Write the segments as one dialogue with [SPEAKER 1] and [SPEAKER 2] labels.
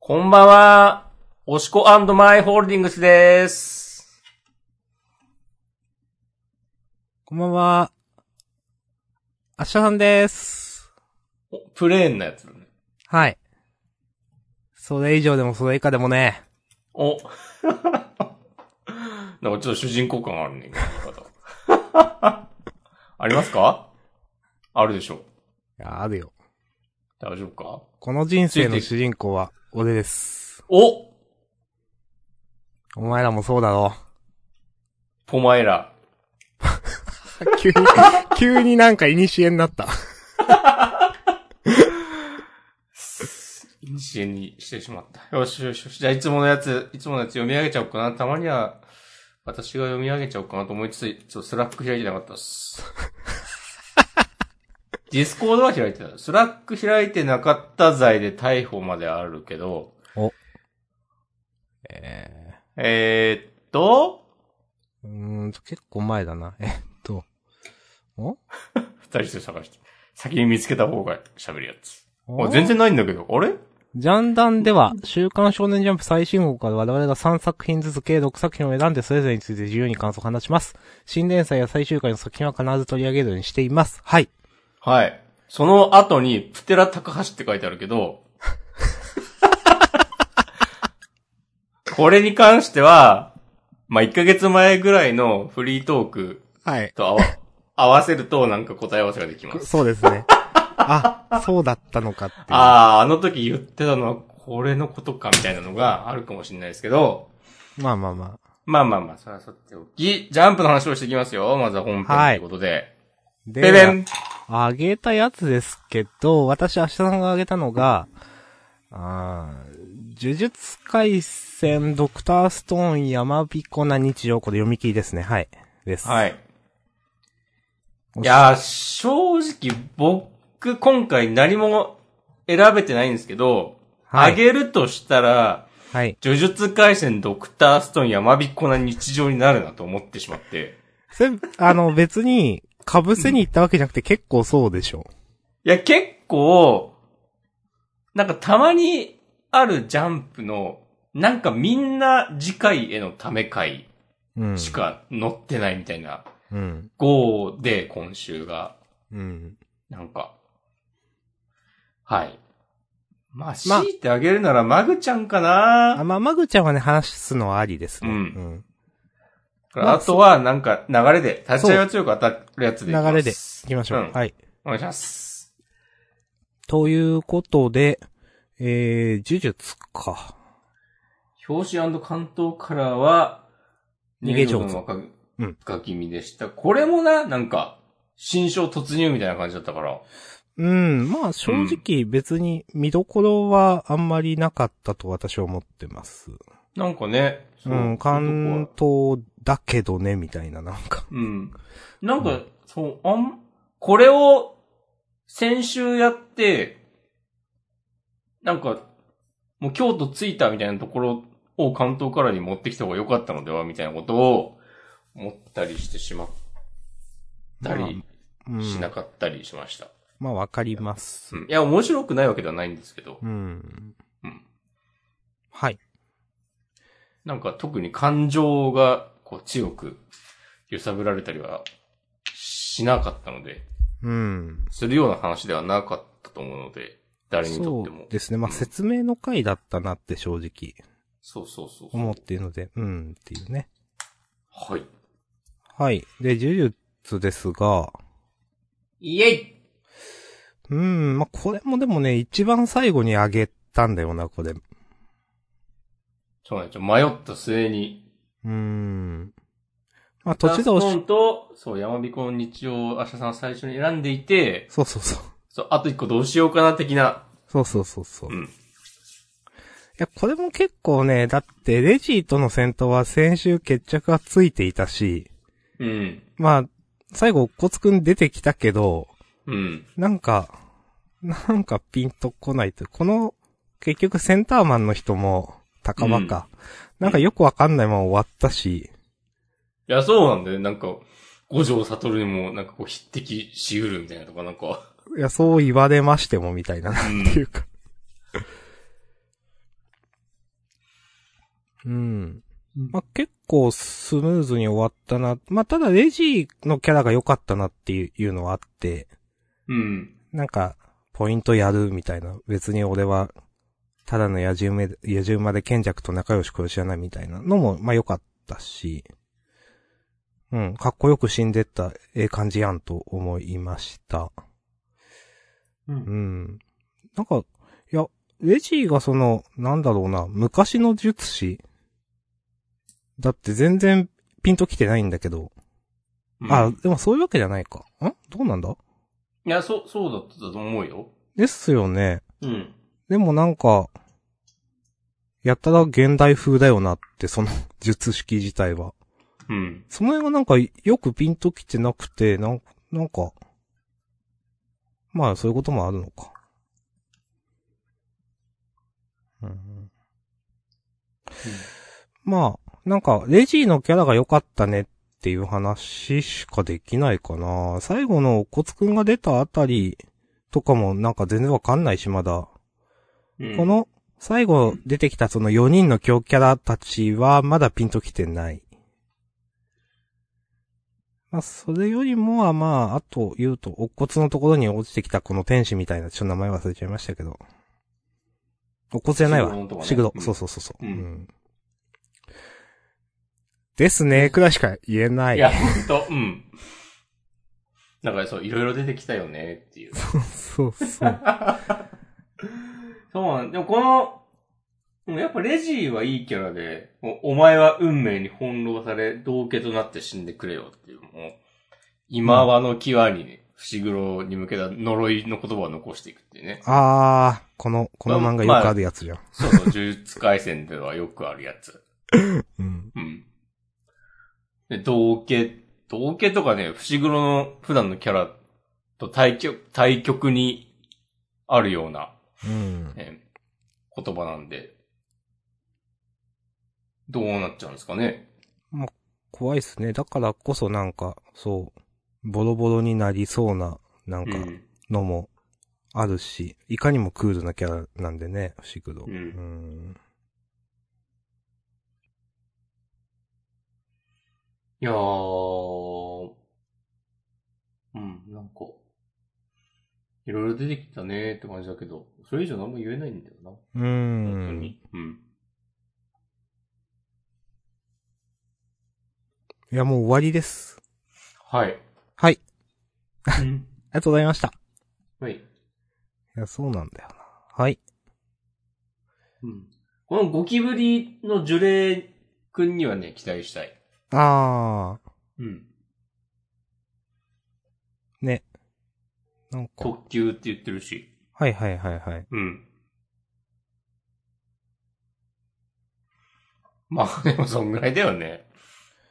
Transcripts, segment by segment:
[SPEAKER 1] こんばんは。おしこマイホールディングスです。
[SPEAKER 2] こんばんは。アッシャさんです。
[SPEAKER 1] おプレーンなやつだね。
[SPEAKER 2] はい。それ以上でもそれ以下でもね。
[SPEAKER 1] お。なんかちょっと主人公感あるね、今の方 ありますかあるでしょ。
[SPEAKER 2] いや、あるよ。
[SPEAKER 1] 大丈夫か
[SPEAKER 2] この人生の主人公は俺です。
[SPEAKER 1] お
[SPEAKER 2] お前らもそうだろ
[SPEAKER 1] ポマエラ。
[SPEAKER 2] う。 急に、急になんかイニシエになった。
[SPEAKER 1] 支援にしてしまった。よしよしよし。じゃあいつものやつ、いつものやつ読み上げちゃおうかな。たまには、私が読み上げちゃおうかなと思いつつ、ちょっとスラック開いてなかったっす。ディスコードは開いてた。スラック開いてなかった罪で逮捕まであるけど、
[SPEAKER 2] え
[SPEAKER 1] えー、っと、
[SPEAKER 2] ー、うーんと、結構前だな。えっと。お
[SPEAKER 1] 二人して探して。先に見つけた方が喋るやつ。あ、全。然ないんだけど。あれ
[SPEAKER 2] ジャンダンでは、週刊少年ジャンプ最新号から我々が3作品ずつ計6作品を選んでそれぞれについて自由に感想を話します。新連載や最終回の作品は必ず取り上げるようにしています。はい。
[SPEAKER 1] はい。その後に、プテラ高橋って書いてあるけど、これに関しては、まあ、1ヶ月前ぐらいのフリートーク
[SPEAKER 2] はい。
[SPEAKER 1] と 合わ合わせるとなんか答え合わせができます。
[SPEAKER 2] そうですね。あ、そうだったのかっていう。
[SPEAKER 1] ああ、あの時言ってたのはこれのことかみたいなのがあるかもしれないですけど、
[SPEAKER 2] まあまあまあ。
[SPEAKER 1] まあまあまあ、それはさておき、ジャンプの話をしていきますよ。まずは本編ということで。
[SPEAKER 2] で
[SPEAKER 1] べべん
[SPEAKER 2] あげたやつですけど、私、明日さんがあげたのが、あー呪術回戦、ドクターストーン、山彦な日常、これ読み切りですね。はい。です。。
[SPEAKER 1] はいい。いやー、正直僕、今回何も選べてないんですけど、
[SPEAKER 2] はい
[SPEAKER 1] あげるとしたら、
[SPEAKER 2] はい。
[SPEAKER 1] 呪術回戦ドクターストーン山彦な日常になるなと思ってしまって。
[SPEAKER 2] それ、あの、別に、被せに行ったわけじゃなくて、結構そうでしょ。
[SPEAKER 1] いや、結構、なんかたまにあるジャンプの、なんかみんな次回へのため回
[SPEAKER 2] うん。
[SPEAKER 1] しか載ってないみたいな、
[SPEAKER 2] うん。
[SPEAKER 1] 号で今週が、
[SPEAKER 2] うん。
[SPEAKER 1] なんか。はい。まあ、
[SPEAKER 2] まあ
[SPEAKER 1] 強いてあげるなら、マグちゃんかな、
[SPEAKER 2] あ、まあ、まぐちゃんはね、話すのはありですね。
[SPEAKER 1] うん
[SPEAKER 2] うん。
[SPEAKER 1] あ、とは、なんか、流れで、立ち合いは強く当たるやつでいきます。
[SPEAKER 2] 流れで、行きましょう。
[SPEAKER 1] ん
[SPEAKER 2] はい。
[SPEAKER 1] お願いします。
[SPEAKER 2] ということで、えー、呪術か。
[SPEAKER 1] 表紙関東カラーは、
[SPEAKER 2] 逃げ上手
[SPEAKER 1] の若
[SPEAKER 2] うん
[SPEAKER 1] ガキ見でした。これもな、なんか、新章突入みたいな感じだったから。
[SPEAKER 2] うん、まあ正直別に見どころはあんまりなかったと私は思ってます。、
[SPEAKER 1] なんかね、そううん
[SPEAKER 2] 関東だけどね、みたいななんか。
[SPEAKER 1] うん。なんか、そう、あん、これを、先週やって、なんか、もう京都着いたみたいなところを関東からに持ってきた方が良かったのではみたいなことを思ったりしてしまったり
[SPEAKER 2] うん、
[SPEAKER 1] しなかったりしました。
[SPEAKER 2] まあわかります。
[SPEAKER 1] うんいや、面白くないわけではないんですけど、
[SPEAKER 2] うん。
[SPEAKER 1] うん
[SPEAKER 2] はい。
[SPEAKER 1] なんか特に感情がこう強く揺さぶられたりはしなかったので、
[SPEAKER 2] うん。
[SPEAKER 1] するような話ではなかったと思うので、誰にと
[SPEAKER 2] そ
[SPEAKER 1] っても
[SPEAKER 2] う。ですね。まあ
[SPEAKER 1] うん
[SPEAKER 2] 説明の回だったなって正直
[SPEAKER 1] そうそうそうそう。
[SPEAKER 2] 思っているので、うんっていうね。
[SPEAKER 1] はい。
[SPEAKER 2] はい。で、呪術ですが、
[SPEAKER 1] イエイ
[SPEAKER 2] うん、まあこれもでもね、一番最後にあげたんだよな、これ。う
[SPEAKER 1] そうなんですよ。迷った末に。
[SPEAKER 2] ん。まあ途中でお
[SPEAKER 1] ダス
[SPEAKER 2] し
[SPEAKER 1] トーンと、そう、山彦の日曜を明日さん最初に選んでいて、
[SPEAKER 2] そうそうそう。
[SPEAKER 1] そう、あと一個どうしようかな的な。
[SPEAKER 2] そうそうそうそう。
[SPEAKER 1] う
[SPEAKER 2] い
[SPEAKER 1] ん。
[SPEAKER 2] や、これも結構ね、だって、レジーとの戦闘は先週決着がついていたし、
[SPEAKER 1] うん。
[SPEAKER 2] まあ、最後、コツくん出てきたけど、
[SPEAKER 1] うん。
[SPEAKER 2] なんか、なんかピンとこないという。この、結局センターマンの人も、高場か。なんかよくわかんないまま終わったし、
[SPEAKER 1] いや、そうなんだよね。なんか、五条悟にも、なんかこう、匹敵しうるみたいなとか、なんか、
[SPEAKER 2] いや、そう言われましてもみたいな、なんていうか。うん
[SPEAKER 1] うん。
[SPEAKER 2] まあ、結構スムーズに終わったな。まあ、ただレジのキャラが良かったなっていうのはあって、
[SPEAKER 1] うん。
[SPEAKER 2] なんか、ポイントやるみたいな。別に俺は、ただの野獣馬で、野獣馬で賢弱と仲良し殺し屋なみたいなのも、まあ良かったし、うん、かっこよく死んでった、ええ感じやんと思いました。
[SPEAKER 1] う。
[SPEAKER 2] うんん。なんか、いや、レジーがその、なんだろうな、昔の術師だって全然ピンときてないんだけど。あ、でもそういうわけじゃないか。んどうなんだ
[SPEAKER 1] いや、そう、そうだったと思うよ。
[SPEAKER 2] ですよね。
[SPEAKER 1] うん。
[SPEAKER 2] でもなんか、やったら現代風だよなって、その術式自体は。
[SPEAKER 1] うん。
[SPEAKER 2] その辺がなんかよくピンときてなくて、なんなんか、まあそういうこともあるのか。うん、まあ、なんか、レジーのキャラが良かったねっていう話しかできないかな。最後のコツくんが出たあたりとかもなんか全然わかんないし、まだ。
[SPEAKER 1] うん
[SPEAKER 2] こ、の、最後出てきたその4人の強キャラたちはまだピンときてない。まあ、それよりもはまあ、あと言うと、乙骨のところに落ちてきたこの天使みたいな、ちょっと名前忘れちゃいましたけど。乙骨じゃないわ
[SPEAKER 1] シグロのとこ。ね
[SPEAKER 2] シグロ
[SPEAKER 1] う。ん
[SPEAKER 2] そうそうそうそう。
[SPEAKER 1] うん
[SPEAKER 2] んですね、くらいしか言えないい。
[SPEAKER 1] や、ほんと、うん。なんかそう、いろいろ出てきたよねっていう。
[SPEAKER 2] そうそう。
[SPEAKER 1] そうなんでもこの、うんやっぱレジーはいいキャラで、もうお前は運命に翻弄され、道化となって死んでくれよっていう、もう、今はの際に、ね、伏黒に向けた呪いの言葉を残していくっていうね。
[SPEAKER 2] あー、この、この漫画よくあるやつじゃん。
[SPEAKER 1] そうそう、呪術回戦ではよくあるやつ。
[SPEAKER 2] うん。
[SPEAKER 1] うん。で、道化、道化とかね、伏黒の普段のキャラと対極、対極にあるような、
[SPEAKER 2] うん。
[SPEAKER 1] ね、言葉なんで、どうなっちゃうんですかね。
[SPEAKER 2] 怖いっすね。だからこそなんか、そう、ボロボロになりそうな、なん
[SPEAKER 1] う
[SPEAKER 2] か、
[SPEAKER 1] ん。
[SPEAKER 2] のもあるし、いかにもクールなキャラなんでね、不思議と。
[SPEAKER 1] うん
[SPEAKER 2] ん
[SPEAKER 1] いやー、うん、なんか、いろいろ出てきたねーって感じだけど、それ以上何も言えないんだよな。
[SPEAKER 2] うー
[SPEAKER 1] 本当
[SPEAKER 2] ん。
[SPEAKER 1] に。うん。
[SPEAKER 2] いや、もう終わりです。
[SPEAKER 1] はい。
[SPEAKER 2] はい。
[SPEAKER 1] うん
[SPEAKER 2] ありがとうございました。
[SPEAKER 1] はい。
[SPEAKER 2] いや、そうなんだよな。はい。
[SPEAKER 1] うん。このゴキブリの呪霊くんにはね、期待したい。
[SPEAKER 2] あ
[SPEAKER 1] うん。
[SPEAKER 2] ー、ね。なんか、
[SPEAKER 1] 特急って言ってるし。
[SPEAKER 2] はいはいはいはい。
[SPEAKER 1] うん。 まあ、でもそんぐらいだよね。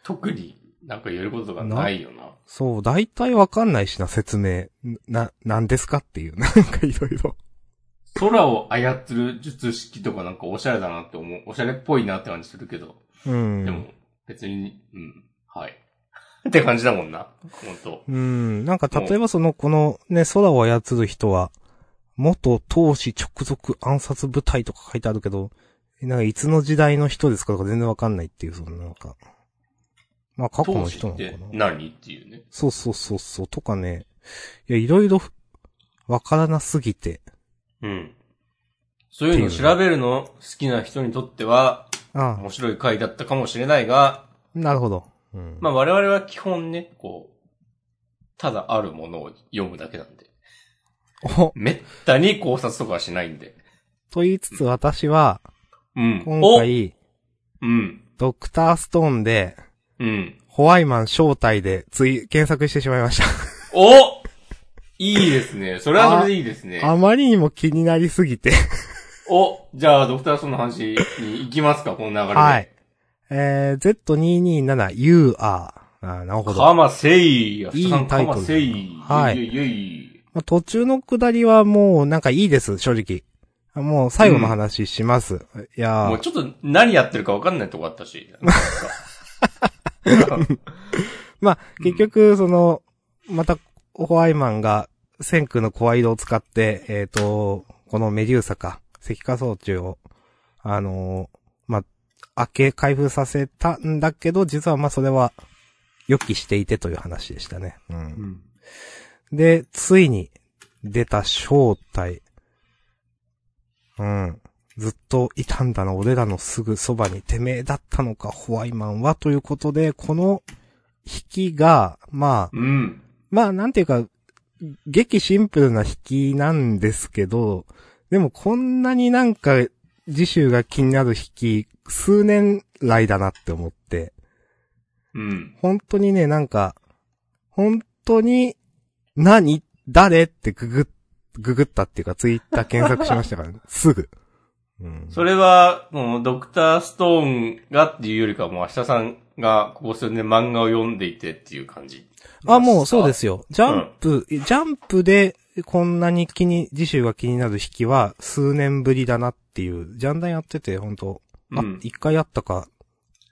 [SPEAKER 1] 特になんか言えることがないよな。
[SPEAKER 2] そう、大体わかんないしな、説明。な、なんですかっていう、なんかいろいろ。
[SPEAKER 1] 空を操る術式とかなんかおしゃれだなって思う。おしゃれっぽいなって感じするけど。
[SPEAKER 2] うん。
[SPEAKER 1] でも、別に、うん、はい。 って感じだもんな。ほんと。
[SPEAKER 2] うん。なんか、例えばその、このね、空を操る人は、元投資直属暗殺部隊とか書いてあるけど、えなんか、いつの時代の人ですかとか全然わかんないっていう、そのなんか。まあ、過去の
[SPEAKER 1] 投資
[SPEAKER 2] 人な
[SPEAKER 1] っ
[SPEAKER 2] のか
[SPEAKER 1] て
[SPEAKER 2] な。
[SPEAKER 1] 何っていうね。
[SPEAKER 2] そうそうそうそう、とかね。いや、いろいろ、わからなすぎて。
[SPEAKER 1] うん。そういうのを調べるの好きな人にとっては
[SPEAKER 2] ああ、
[SPEAKER 1] 面白い回だったかもしれないが、
[SPEAKER 2] なるほど。うん。
[SPEAKER 1] まあ我々は基本ね、こう、ただあるものを読むだけなんで。
[SPEAKER 2] お、
[SPEAKER 1] めったに考察とかはしないんで。
[SPEAKER 2] と言いつつ私は、
[SPEAKER 1] うん。
[SPEAKER 2] 今回、
[SPEAKER 1] おうん。
[SPEAKER 2] ドクターストーンで、
[SPEAKER 1] うん。
[SPEAKER 2] ホワイマン招待で、つい、検索してしまいました。
[SPEAKER 1] おいいですね。それはそれでいいですね。
[SPEAKER 2] あまりにも気になりすぎて。
[SPEAKER 1] おじゃあ、ドクターソンの話に行きますか、この流れで。
[SPEAKER 2] はい。。えー、Z227UR。あーなるほど。
[SPEAKER 1] カマセイヤ、
[SPEAKER 2] いいタイトル
[SPEAKER 1] カマセイ。
[SPEAKER 2] はい
[SPEAKER 1] いえいえいえ
[SPEAKER 2] まあ途中の下りはもうなんかいいです、正直。あもう最後の話します。いや
[SPEAKER 1] もう
[SPEAKER 2] ー
[SPEAKER 1] ちょっと何やってるか分かんないとこあったし。
[SPEAKER 2] まあ
[SPEAKER 1] うん
[SPEAKER 2] 結局、その、また、ホワイマンが、先空の声色を使って、えっ、と、このメデューサか、石化装置を、あのーまあ、明け、開封させたんだけど、実はまあそれは、予期していてという話でしたね。 うん
[SPEAKER 1] うん。
[SPEAKER 2] で、ついに出た正体。うん。ずっといたんだな、俺らのすぐそばに、てめえだったのか、ホワイマンは、ということで、この引きが、まあ、
[SPEAKER 1] うん。
[SPEAKER 2] まあ、なんていうか、激シンプルな引きなんですけど、でもこんなになんか、次週が気になる引き、数年来だなって思って。
[SPEAKER 1] うん。
[SPEAKER 2] 本当にね、なんか、本当に、何誰ってググっ、ググったっていうか、ツイッター検索しました から、ね、すぐ。うん。
[SPEAKER 1] それは、もう、ドクターストーンがっていうよりかはもう、明日さんが、ここ数年漫画を読んでいてっていう感じ。
[SPEAKER 2] あ、もうそうで。すよ。ジャンプ、ジャンプで、こんなに気に、次週が気になる引きは、数年ぶりだなっていう、ジャンダンやってて、本当
[SPEAKER 1] う
[SPEAKER 2] あ、
[SPEAKER 1] ん。
[SPEAKER 2] 一回あったか、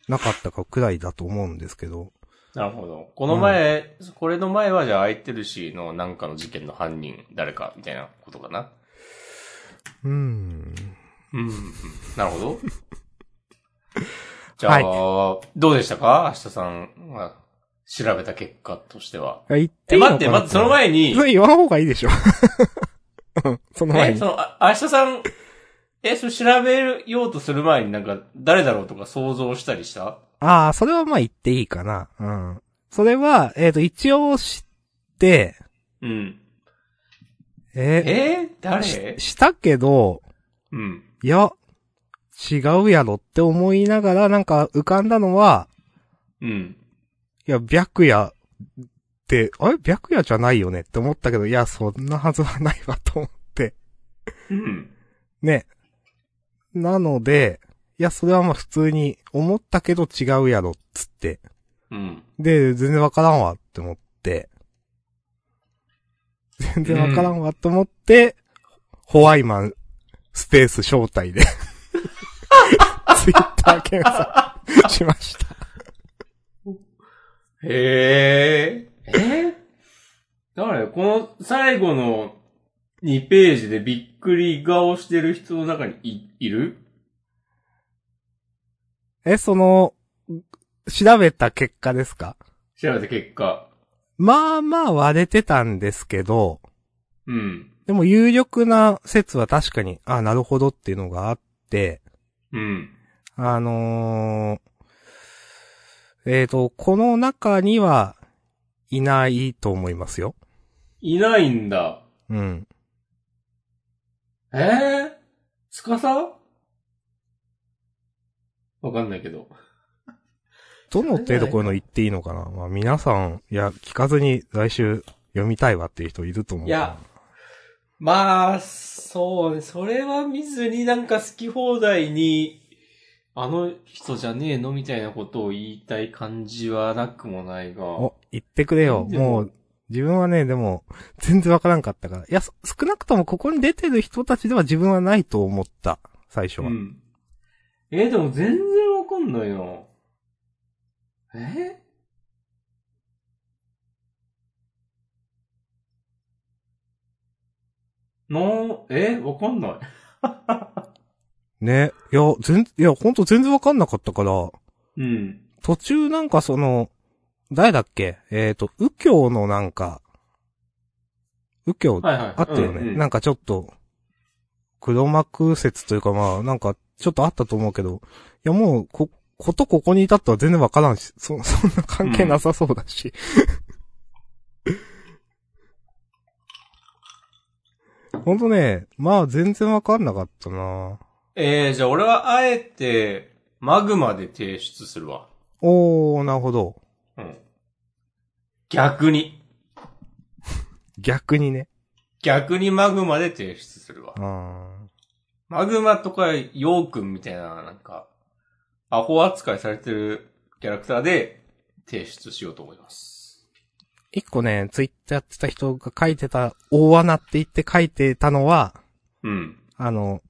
[SPEAKER 2] なかったかくらいだと思うんですけど。
[SPEAKER 1] なるほど。この前、これの前はじゃあ、空いてるしのなんかの事件の犯人、誰か、みたいなことかな。
[SPEAKER 2] うん。
[SPEAKER 1] うん。なるほ ど。じゃあ、どうでしたか明日さんが調べた結果としては。
[SPEAKER 2] あ言っ
[SPEAKER 1] え、
[SPEAKER 2] ていいの
[SPEAKER 1] 待
[SPEAKER 2] かな
[SPEAKER 1] って、待って、その前に、
[SPEAKER 2] それ 言わん方がいいでしょ。うんその前
[SPEAKER 1] え、
[SPEAKER 2] に
[SPEAKER 1] そ。の、あ明日さん、え、それ調べようとする前になんか、誰だろうとか想像したりした
[SPEAKER 2] ああ、それはまあ言っていいかな。うん。それは、えっ、と、一応知って、
[SPEAKER 1] うん。
[SPEAKER 2] え
[SPEAKER 1] えー
[SPEAKER 2] ーし
[SPEAKER 1] 誰
[SPEAKER 2] したけど、
[SPEAKER 1] うん。
[SPEAKER 2] いや、違うやろって思いながら、なんか浮かんだのは、
[SPEAKER 1] うん。
[SPEAKER 2] いや、白夜って、あれ白夜じゃないよねって思ったけど、いや、そんなはずはないわと思って。
[SPEAKER 1] うん。
[SPEAKER 2] ね。なので、いや、それはまあ普通に思ったけど違うやろっつって。
[SPEAKER 1] うん。
[SPEAKER 2] で、全然わからんわって思って。全然わからんわと思って、ホワイマン、スペース招待で、ツイッター検索しました。
[SPEAKER 1] へえ。えー誰この最後の2ページでびっくり顔してる人の中にい、いる
[SPEAKER 2] え、その、調べた結果ですか
[SPEAKER 1] 調べた結果。
[SPEAKER 2] まあまあ割れてたんですけど、
[SPEAKER 1] うん。
[SPEAKER 2] でも有力な説は確かに、あ、なるほどっていうのがあって、
[SPEAKER 1] うん。
[SPEAKER 2] あのー、えっ、と、この中には、いないと思いますよ。
[SPEAKER 1] いないんだ。
[SPEAKER 2] うん。
[SPEAKER 1] えー、つかさわかんないけど。
[SPEAKER 2] どの程度こういうの言っていいのかなまあ皆さん、いや、聞かずに来週読みたいわっていう人いると思う。
[SPEAKER 1] いや、まあ、そうね。それは見ずになんか好き放題に、あの人じゃねえのみたいなことを言いたい感じはなくもないが。
[SPEAKER 2] お、言ってくれよ。
[SPEAKER 1] でも
[SPEAKER 2] もう、自分はね、でも、全然わからんかったから。いや、そ少なくともここに出てる人たちでは自分はないと思った。最初は。
[SPEAKER 1] うん。えーでも全然わかんないな。えなえわかんない。
[SPEAKER 2] ね。いや、全、いや、ほんと全然わかんなかったから、
[SPEAKER 1] うん。
[SPEAKER 2] 途中なんかその、誰だっけえっ、と、右京のなんか、右京
[SPEAKER 1] はいはい。
[SPEAKER 2] あったよね。
[SPEAKER 1] うんうん
[SPEAKER 2] なんかちょっと、黒幕説というかまあ、なんかちょっとあったと思うけど、いやもう、こ、ことここに至っては全然わからんし、そ、 そんな関係なさそうだし。ほんとね、まあ全然わかんなかったな
[SPEAKER 1] えー、じゃあ俺はあえて、マグマで提出するわ。
[SPEAKER 2] おー、なるほど。
[SPEAKER 1] うん。逆に。
[SPEAKER 2] 逆にね。
[SPEAKER 1] 逆にマグマで提出するわ
[SPEAKER 2] あ。ー
[SPEAKER 1] マグマとか、ヨウくんみたいな、なんか、アホ扱いされてるキャラクターで提出しようと思います。
[SPEAKER 2] 一個ね、ツイッターやってた人が書いてた、大穴って言って書いてたのは、
[SPEAKER 1] うん。
[SPEAKER 2] あの、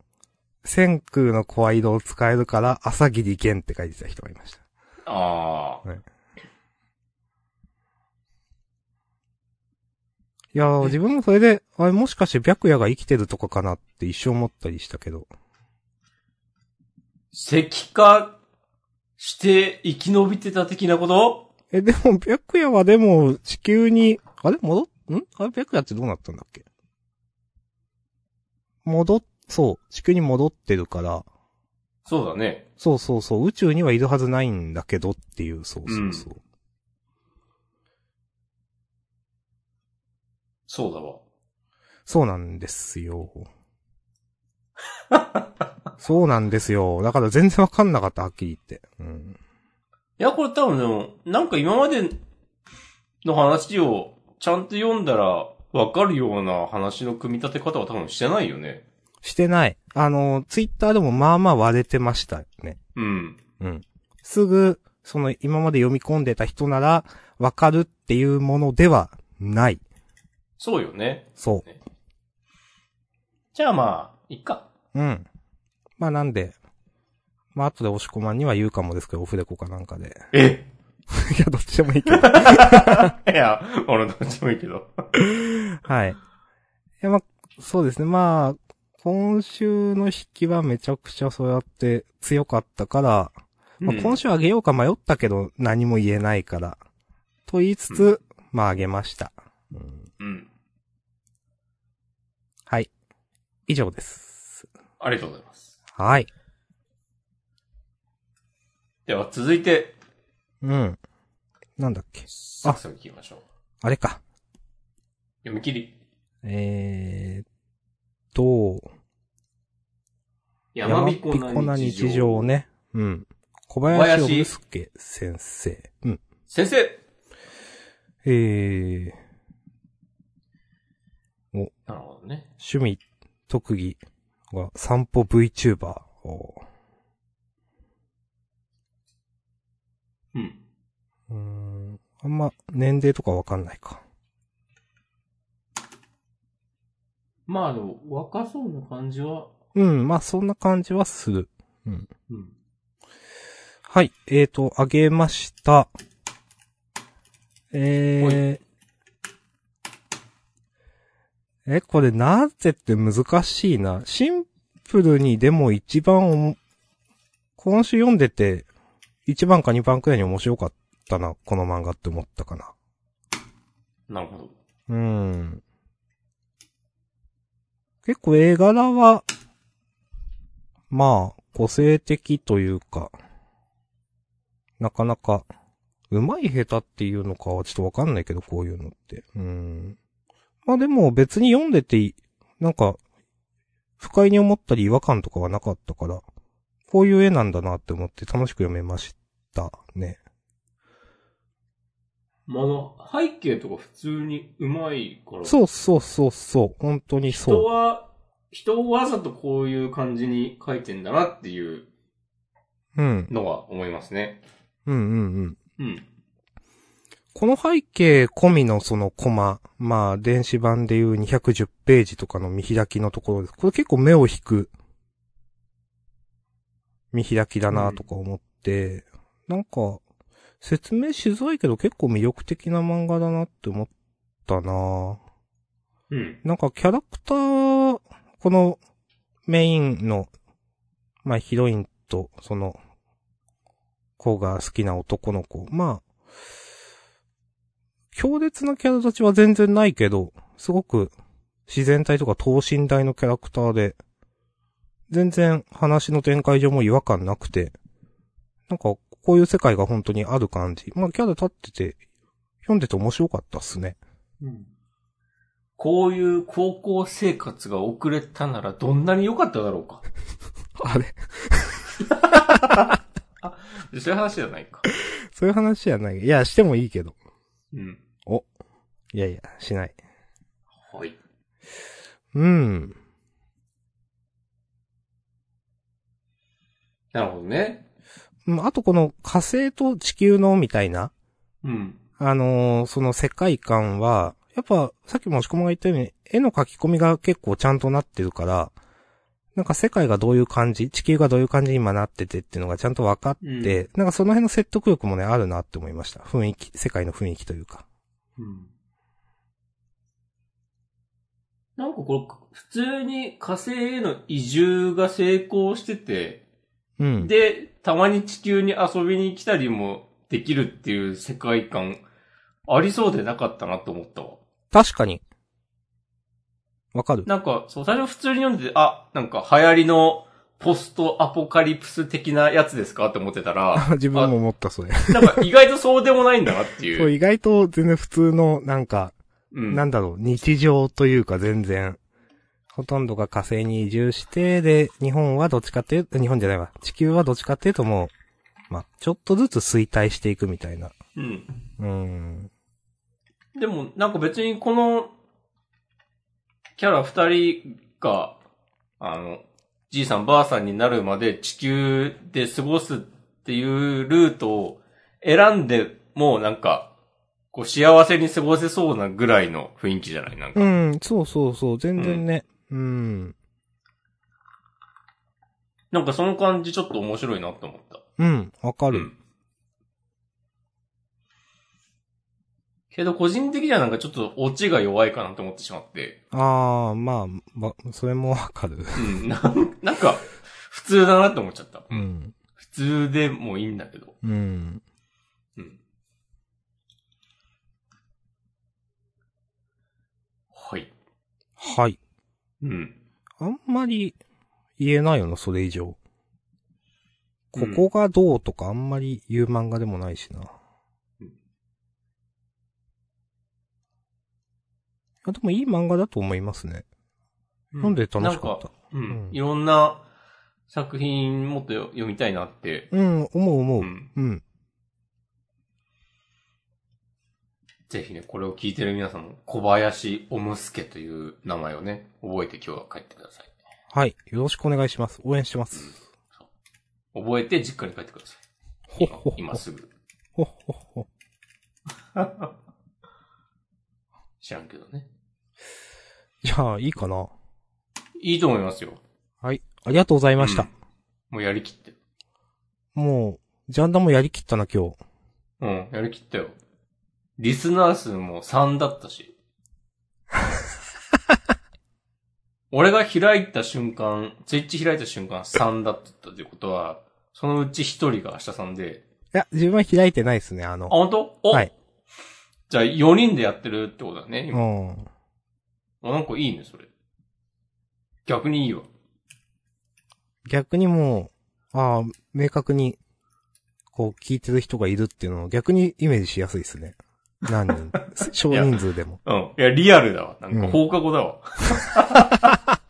[SPEAKER 2] 千空の声色を使えるから、朝霧玄って書いてた人がいました。
[SPEAKER 1] ああ。
[SPEAKER 2] いやー、自分もそれで、あれもしかして白夜が生きてるとかかなって一生思ったりしたけど。
[SPEAKER 1] 石化して生き延びてた的なこと
[SPEAKER 2] え、でも、白夜はでも、地球に、あれ戻っ、んあれ、白夜ってどうなったんだっけ戻っ、そう、地球に戻ってるから、
[SPEAKER 1] そうだね。
[SPEAKER 2] そうそうそう、宇宙にはいるはずないんだけどっていう、そうそうそう。
[SPEAKER 1] そうだわ。
[SPEAKER 2] そうなんですよ。そうなんですよ。だから全然わかんなかった、はっきり言って。うん。
[SPEAKER 1] いや、これ多分でも、なんか今までの話をちゃんと読んだらわかるような話の組み立て方は多分してないよね。
[SPEAKER 2] してない。あの、ツイッターでもまあまあ割れてましたね。
[SPEAKER 1] うん。
[SPEAKER 2] うん。すぐ、その今まで読み込んでた人なら、わかるっていうものではない。
[SPEAKER 1] そうよね。
[SPEAKER 2] そ
[SPEAKER 1] じゃあまあ、いっか。
[SPEAKER 2] う。うん。まあなんで、まあ後で押し込まんには言うかもですけど、オフレコかなんかで。
[SPEAKER 1] え
[SPEAKER 2] いや、どっちでもいいけど。
[SPEAKER 1] いや、俺どっちもいいけど。
[SPEAKER 2] はい。いや、まあ、そうですね。まあ、今週の引きはめちゃくちゃそうやって強かったから、まあ、今週あげようか迷ったけど何も言えないから。と言いつつ、
[SPEAKER 1] う
[SPEAKER 2] まああげました。
[SPEAKER 1] うん、うん。
[SPEAKER 2] はい。以上です。
[SPEAKER 1] ありがとうございます。
[SPEAKER 2] はい。
[SPEAKER 1] では続いて、
[SPEAKER 2] うん。なんだっけ。
[SPEAKER 1] サクサク聞きましょう。
[SPEAKER 2] あれか。
[SPEAKER 1] 読み切り。
[SPEAKER 2] えーっと、
[SPEAKER 1] 山彦
[SPEAKER 2] やまびこ
[SPEAKER 1] な日常。
[SPEAKER 2] ね。うん。小
[SPEAKER 1] 林
[SPEAKER 2] 林信介先生。うん。
[SPEAKER 1] 先生
[SPEAKER 2] えー、
[SPEAKER 1] なるほどね。
[SPEAKER 2] 趣味、特技が散歩 VTuber。おー
[SPEAKER 1] うん。
[SPEAKER 2] うーん。あんま年齢とかわかんないか。
[SPEAKER 1] まあでも、若そうな感じは、
[SPEAKER 2] うん、まあそんな感じはする。
[SPEAKER 1] うん。
[SPEAKER 2] はい、えーと、あげました。えー。え、これなぜって難しいな。シンプルにでも一番おも今週読んでて、一番か二番くらいに面白かったな、この漫画って思ったかな。
[SPEAKER 1] なるほど。
[SPEAKER 2] うん。結構絵柄は、まあ、個性的というか、なかなか、うまい下手っていうのかはちょっとわかんないけど、こういうのって。うん。まあでも別に読んでていい、なんか、不快に思ったり違和感とかはなかったから、こういう絵なんだなって思って楽しく読めましたね。
[SPEAKER 1] まあ、あの、背景とか普通にうまいから。
[SPEAKER 2] そうそうそうそう、本当にそう。
[SPEAKER 1] 人は、人をわざとこういう感じに書いてんだなっていう
[SPEAKER 2] うん。
[SPEAKER 1] のは思いますね。
[SPEAKER 2] うんうんうん。
[SPEAKER 1] うん。
[SPEAKER 2] この背景込みのそのコマ、まあ、電子版でいう210ページとかの見開きのところです。これ結構目を引く、見開きだなとか思って、なんか、説明しづらいけど結構魅力的な漫画だなって思ったな
[SPEAKER 1] うん。
[SPEAKER 2] なんかキャラクター、このメインの、まあヒロインと、その、子が好きな男の子。まあ、強烈なキャラ立ちは全然ないけど、すごく自然体とか等身大のキャラクターで、全然話の展開上も違和感なくて、なんかこういう世界が本当にある感じ。まあキャラ立ってて、読んでて面白かったっすね。
[SPEAKER 1] こういう高校生活が遅れたならどんなに良かっただろうか。
[SPEAKER 2] あれ
[SPEAKER 1] そういう話じゃないか。
[SPEAKER 2] そういう話じゃない。いや、してもいいけど。
[SPEAKER 1] うん。
[SPEAKER 2] いやいや、しない。
[SPEAKER 1] はい。
[SPEAKER 2] うん。
[SPEAKER 1] なるほどね。
[SPEAKER 2] うんあとこの火星と地球のみたいな、
[SPEAKER 1] うん。
[SPEAKER 2] あのーその世界観は、やっぱ、さっきも押し込まが言ったように、絵の描き込みが結構ちゃんとなってるから、なんか世界がどういう感じ、地球がどういう感じに今なっててっていうのがちゃんと分かって、
[SPEAKER 1] うん
[SPEAKER 2] なんかその辺の説得力もね、あるなって思いました。雰囲気、世界の雰囲気というか。
[SPEAKER 1] うん。なんかこれ、普通に火星への移住が成功してて、
[SPEAKER 2] うん。
[SPEAKER 1] で、たまに地球に遊びに来たりもできるっていう世界観、ありそうでなかったなと思ったわ。
[SPEAKER 2] 確かに。わかる
[SPEAKER 1] なんか、そう、最初普通に読んでて、あ、なんか流行りのポストアポカリプス的なやつですかって思ってたら、
[SPEAKER 2] 自分も思った、それ。
[SPEAKER 1] なんか意外とそうでもないんだなって
[SPEAKER 2] そ
[SPEAKER 1] い
[SPEAKER 2] う、
[SPEAKER 1] う。
[SPEAKER 2] 意外と全然普通の、なんか、
[SPEAKER 1] うん。
[SPEAKER 2] なんだろう、日常というか全然、ほとんどが火星に移住して、で、日本はどっちかっていうと、日本じゃないわ、地球はどっちかっていうともう、まあ、ちょっとずつ衰退していくみたいな。
[SPEAKER 1] うん。
[SPEAKER 2] うーん。
[SPEAKER 1] でも、なんか別にこの、キャラ二人が、あの、じいさんばあさんになるまで地球で過ごすっていうルートを選んでもうなんか、こう幸せに過ごせそうなぐらいの雰囲気じゃないなんか。
[SPEAKER 2] うん、そうそうそう、全然ね。うん。
[SPEAKER 1] なんかその感じちょっと面白いなと思った。
[SPEAKER 2] うん、わか
[SPEAKER 1] う
[SPEAKER 2] る。
[SPEAKER 1] ん。けど個人的にはなんかちょっとオチが弱いかなと思ってしまって。
[SPEAKER 2] あー、まあ、ま、それもわかる。
[SPEAKER 1] うん。 なんなんか、普通だなって思っちゃった。
[SPEAKER 2] うん。
[SPEAKER 1] 普通でもいいんだけど。
[SPEAKER 2] うん。
[SPEAKER 1] うん。はい。
[SPEAKER 2] はい。
[SPEAKER 1] うん。
[SPEAKER 2] あんまり言えないよな、それ以上。
[SPEAKER 1] う
[SPEAKER 2] こ
[SPEAKER 1] ん
[SPEAKER 2] こがどうとかあんまり言う漫画でもないしな。
[SPEAKER 1] うん
[SPEAKER 2] あでもいい漫画だと思いますね。
[SPEAKER 1] な
[SPEAKER 2] 読んで楽しかっ
[SPEAKER 1] ん
[SPEAKER 2] た。
[SPEAKER 1] う
[SPEAKER 2] うんん。
[SPEAKER 1] いろんな作品もっと読みたいなって。
[SPEAKER 2] うん、思う思う
[SPEAKER 1] う。ん。
[SPEAKER 2] うん。
[SPEAKER 1] ぜひね、これを聞いてる皆さんも、小林おむすけという名前をね、覚えて今日は帰ってください。
[SPEAKER 2] はい。よろしくお願いします。応援してます。
[SPEAKER 1] 覚えて実家に帰ってください。
[SPEAKER 2] ほっ
[SPEAKER 1] 今
[SPEAKER 2] ほっほ
[SPEAKER 1] 今すぐ。
[SPEAKER 2] ほっほっほ。
[SPEAKER 1] 知らんけどね。
[SPEAKER 2] じゃあ、いいかな。
[SPEAKER 1] いいと思いますよ。
[SPEAKER 2] はい。ありがとうございました。
[SPEAKER 1] もうやりきってる。
[SPEAKER 2] もう、ジャンダもやりきったな、今日。
[SPEAKER 1] うん、やりきったよ。リスナー数も3だった し。俺が開いた瞬間、ツイッチ開いた瞬間3だったってことは、そのうち1人が明日さんで、
[SPEAKER 2] いや、自分は開いてないですね、あ
[SPEAKER 1] あ、
[SPEAKER 2] の。
[SPEAKER 1] 本当お、
[SPEAKER 2] はい
[SPEAKER 1] じゃあ4人でやってるってことだね、
[SPEAKER 2] う
[SPEAKER 1] 今。
[SPEAKER 2] ん。
[SPEAKER 1] あなんかいいね、それ。逆にいいわ。
[SPEAKER 2] 逆にもう、ああ、明確に、こう、聞いてる人がいるっていうのを逆にイメージしやすいですね。何人少人数でも。
[SPEAKER 1] うん。いや、リアルだわ。なんか
[SPEAKER 2] うん
[SPEAKER 1] 放課後だわ。 あ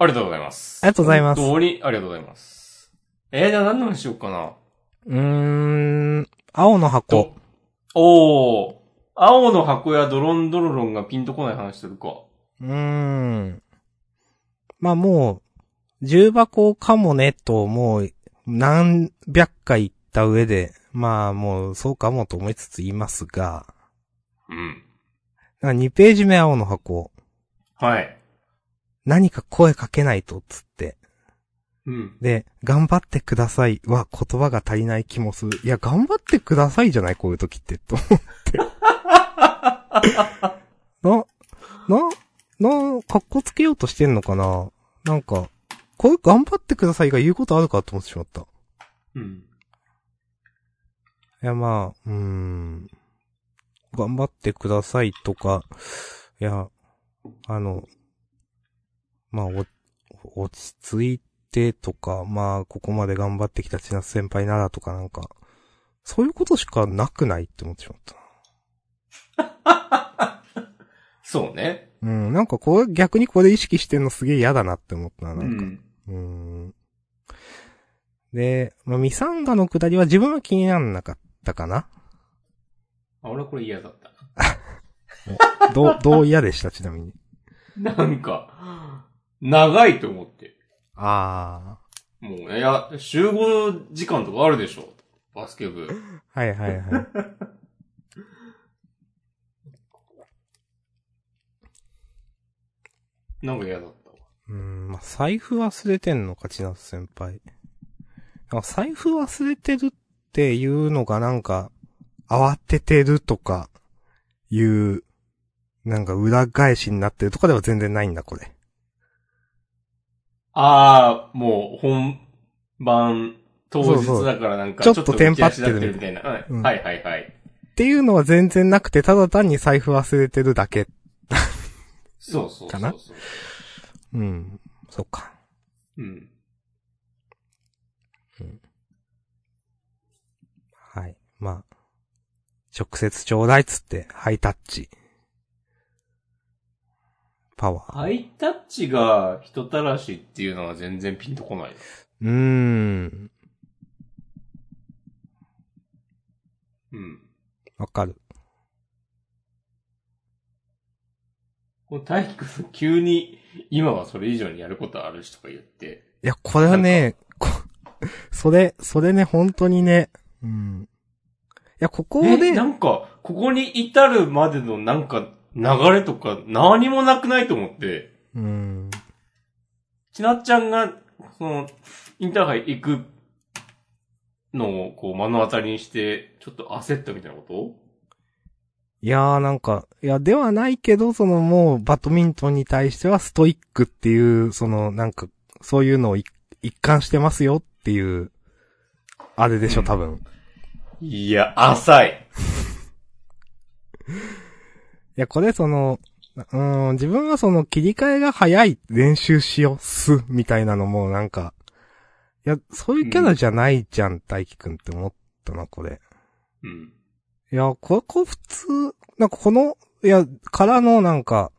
[SPEAKER 1] りがとうございます。
[SPEAKER 2] ありがとうございます
[SPEAKER 1] 本当にありがとうございます。えー、じゃあ何の話しようかな。
[SPEAKER 2] うーん、青の箱。
[SPEAKER 1] と。おー。青の箱やドロンドロロンがピンとこない話するか。
[SPEAKER 2] うーん。まあもう、重箱かもねと、もう、何百回言った上で、まあもう、そうかもと思いつつ言いますが、
[SPEAKER 1] うん。
[SPEAKER 2] なんか2ページ目青の箱。
[SPEAKER 1] はい。
[SPEAKER 2] 何か声かけないと、つって。
[SPEAKER 1] うん。
[SPEAKER 2] で、頑張ってくださいは言葉が足りない気もする。いや、頑張ってくださいじゃないこういう時って、と思って。な、な、な、かっこつけようとしてんのかななんか、こういう頑張ってくださいが言うことあるかと思ってしまった。い
[SPEAKER 1] うん。
[SPEAKER 2] や、まあ、うーん。頑張ってくださいとか、いや、あの、まあ、お、落ち着いてとか、まあ、ここまで頑張ってきた千夏先輩ならとかなんか、そういうことしかなくないって思ってしまった。
[SPEAKER 1] そうね。
[SPEAKER 2] うん、なんかこう、逆にこれ意識してんのすげえ嫌だなって思ったな、
[SPEAKER 1] う
[SPEAKER 2] なんか。
[SPEAKER 1] ん。
[SPEAKER 2] うん。で、まあ、ミサンガのくだりは自分は気になんなかったかな
[SPEAKER 1] あ、俺これ嫌だった
[SPEAKER 2] どう、 どう嫌でした、ちなみに。
[SPEAKER 1] な。なんか、長いと思って。
[SPEAKER 2] あ
[SPEAKER 1] もうね、いや、集合時間とかあるでしょ。バスケ部。
[SPEAKER 2] あ。はいはいはい。
[SPEAKER 1] なんか嫌だったわ。
[SPEAKER 2] うん、まあ、財布忘れてんのか、千夏先輩。なんか財布忘れてるっていうのがなんか、慌ててるとか、いう、なんか裏返しになってるとかでは全然ないんだ、これ。
[SPEAKER 1] ああ、もう本番当日だからなんか
[SPEAKER 2] そうそうちょっと
[SPEAKER 1] 浮き足
[SPEAKER 2] テンパってる
[SPEAKER 1] 立みたいな。はい
[SPEAKER 2] うん
[SPEAKER 1] はいはいはい。
[SPEAKER 2] っていうのは全然なくて、ただ単に財布忘れてるだけ。
[SPEAKER 1] そうそうそうそう。
[SPEAKER 2] かなうん。そっか。
[SPEAKER 1] うん。
[SPEAKER 2] はい。まあ、直接ちょうだいっつって、ハイタッチ。パワー。
[SPEAKER 1] ハイタッチが人たらしっていうのは全然ピンとこないな。
[SPEAKER 2] うーん。
[SPEAKER 1] うん。
[SPEAKER 2] わかる。
[SPEAKER 1] この大輝くん急に今はそれ以上にやることあるしとか言って。
[SPEAKER 2] いや、これはね、こ、それ、それね、本当にね。うん。いや、ここ
[SPEAKER 1] え、
[SPEAKER 2] で
[SPEAKER 1] な、んか、ここに至るまでのなんか流れとか何もなくないと思って。
[SPEAKER 2] うん。
[SPEAKER 1] ちなっちゃんが、その、インターハイ行くのをこう目の当たりにして、ちょっと焦ったみたいなこ
[SPEAKER 2] いやーなんか、いや、ではないけど、そのもう、バドミントンに対してはストイックっていう、その、なんか、そういうのをい一貫してますよっていう、あれでしょ、
[SPEAKER 1] うん
[SPEAKER 2] 多分。
[SPEAKER 1] といや、浅い。
[SPEAKER 2] いや、これその、うーん、自分はその切り替えが早い練習しよう、す、みたいなのもなんか、いや、そういうキャラじゃないじゃん、大輝くんって思ったな、これ。
[SPEAKER 1] うん。
[SPEAKER 2] いや、これこう普通、なんかこの、いや、からのなんか、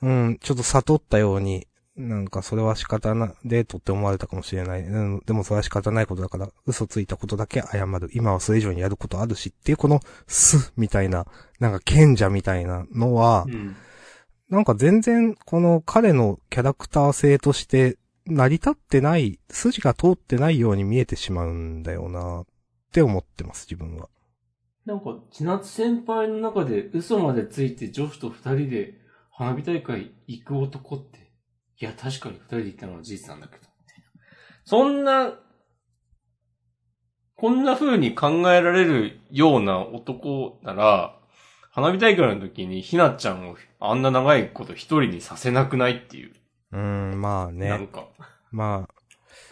[SPEAKER 2] うん、ちょっと悟ったように、なんかそれは仕方な、デートって思われたかもしれない。うん、でもそれは仕方ないことだから、嘘ついたことだけ謝る。今はそれ以上にやることあるしっていう、この、す、みたいな、なんか賢者みたいなのは
[SPEAKER 1] う、ん。
[SPEAKER 2] なんか全然、この彼のキャラクター性として、成り立ってない、筋が通ってないように見えてしまうんだよな、って思ってます、自分は。
[SPEAKER 1] なんか、千夏先輩の中で嘘までついて女子と二人で花火大会行く男って、いや、確かに二人で行ったのは事実なんだけど、みたいなそんな、こんな風に考えられるような男なら、花火大会の時にひなちゃんをあんな長いこと一人にさせなくないっていう。
[SPEAKER 2] うーん、まあね。
[SPEAKER 1] なんか。
[SPEAKER 2] まあ、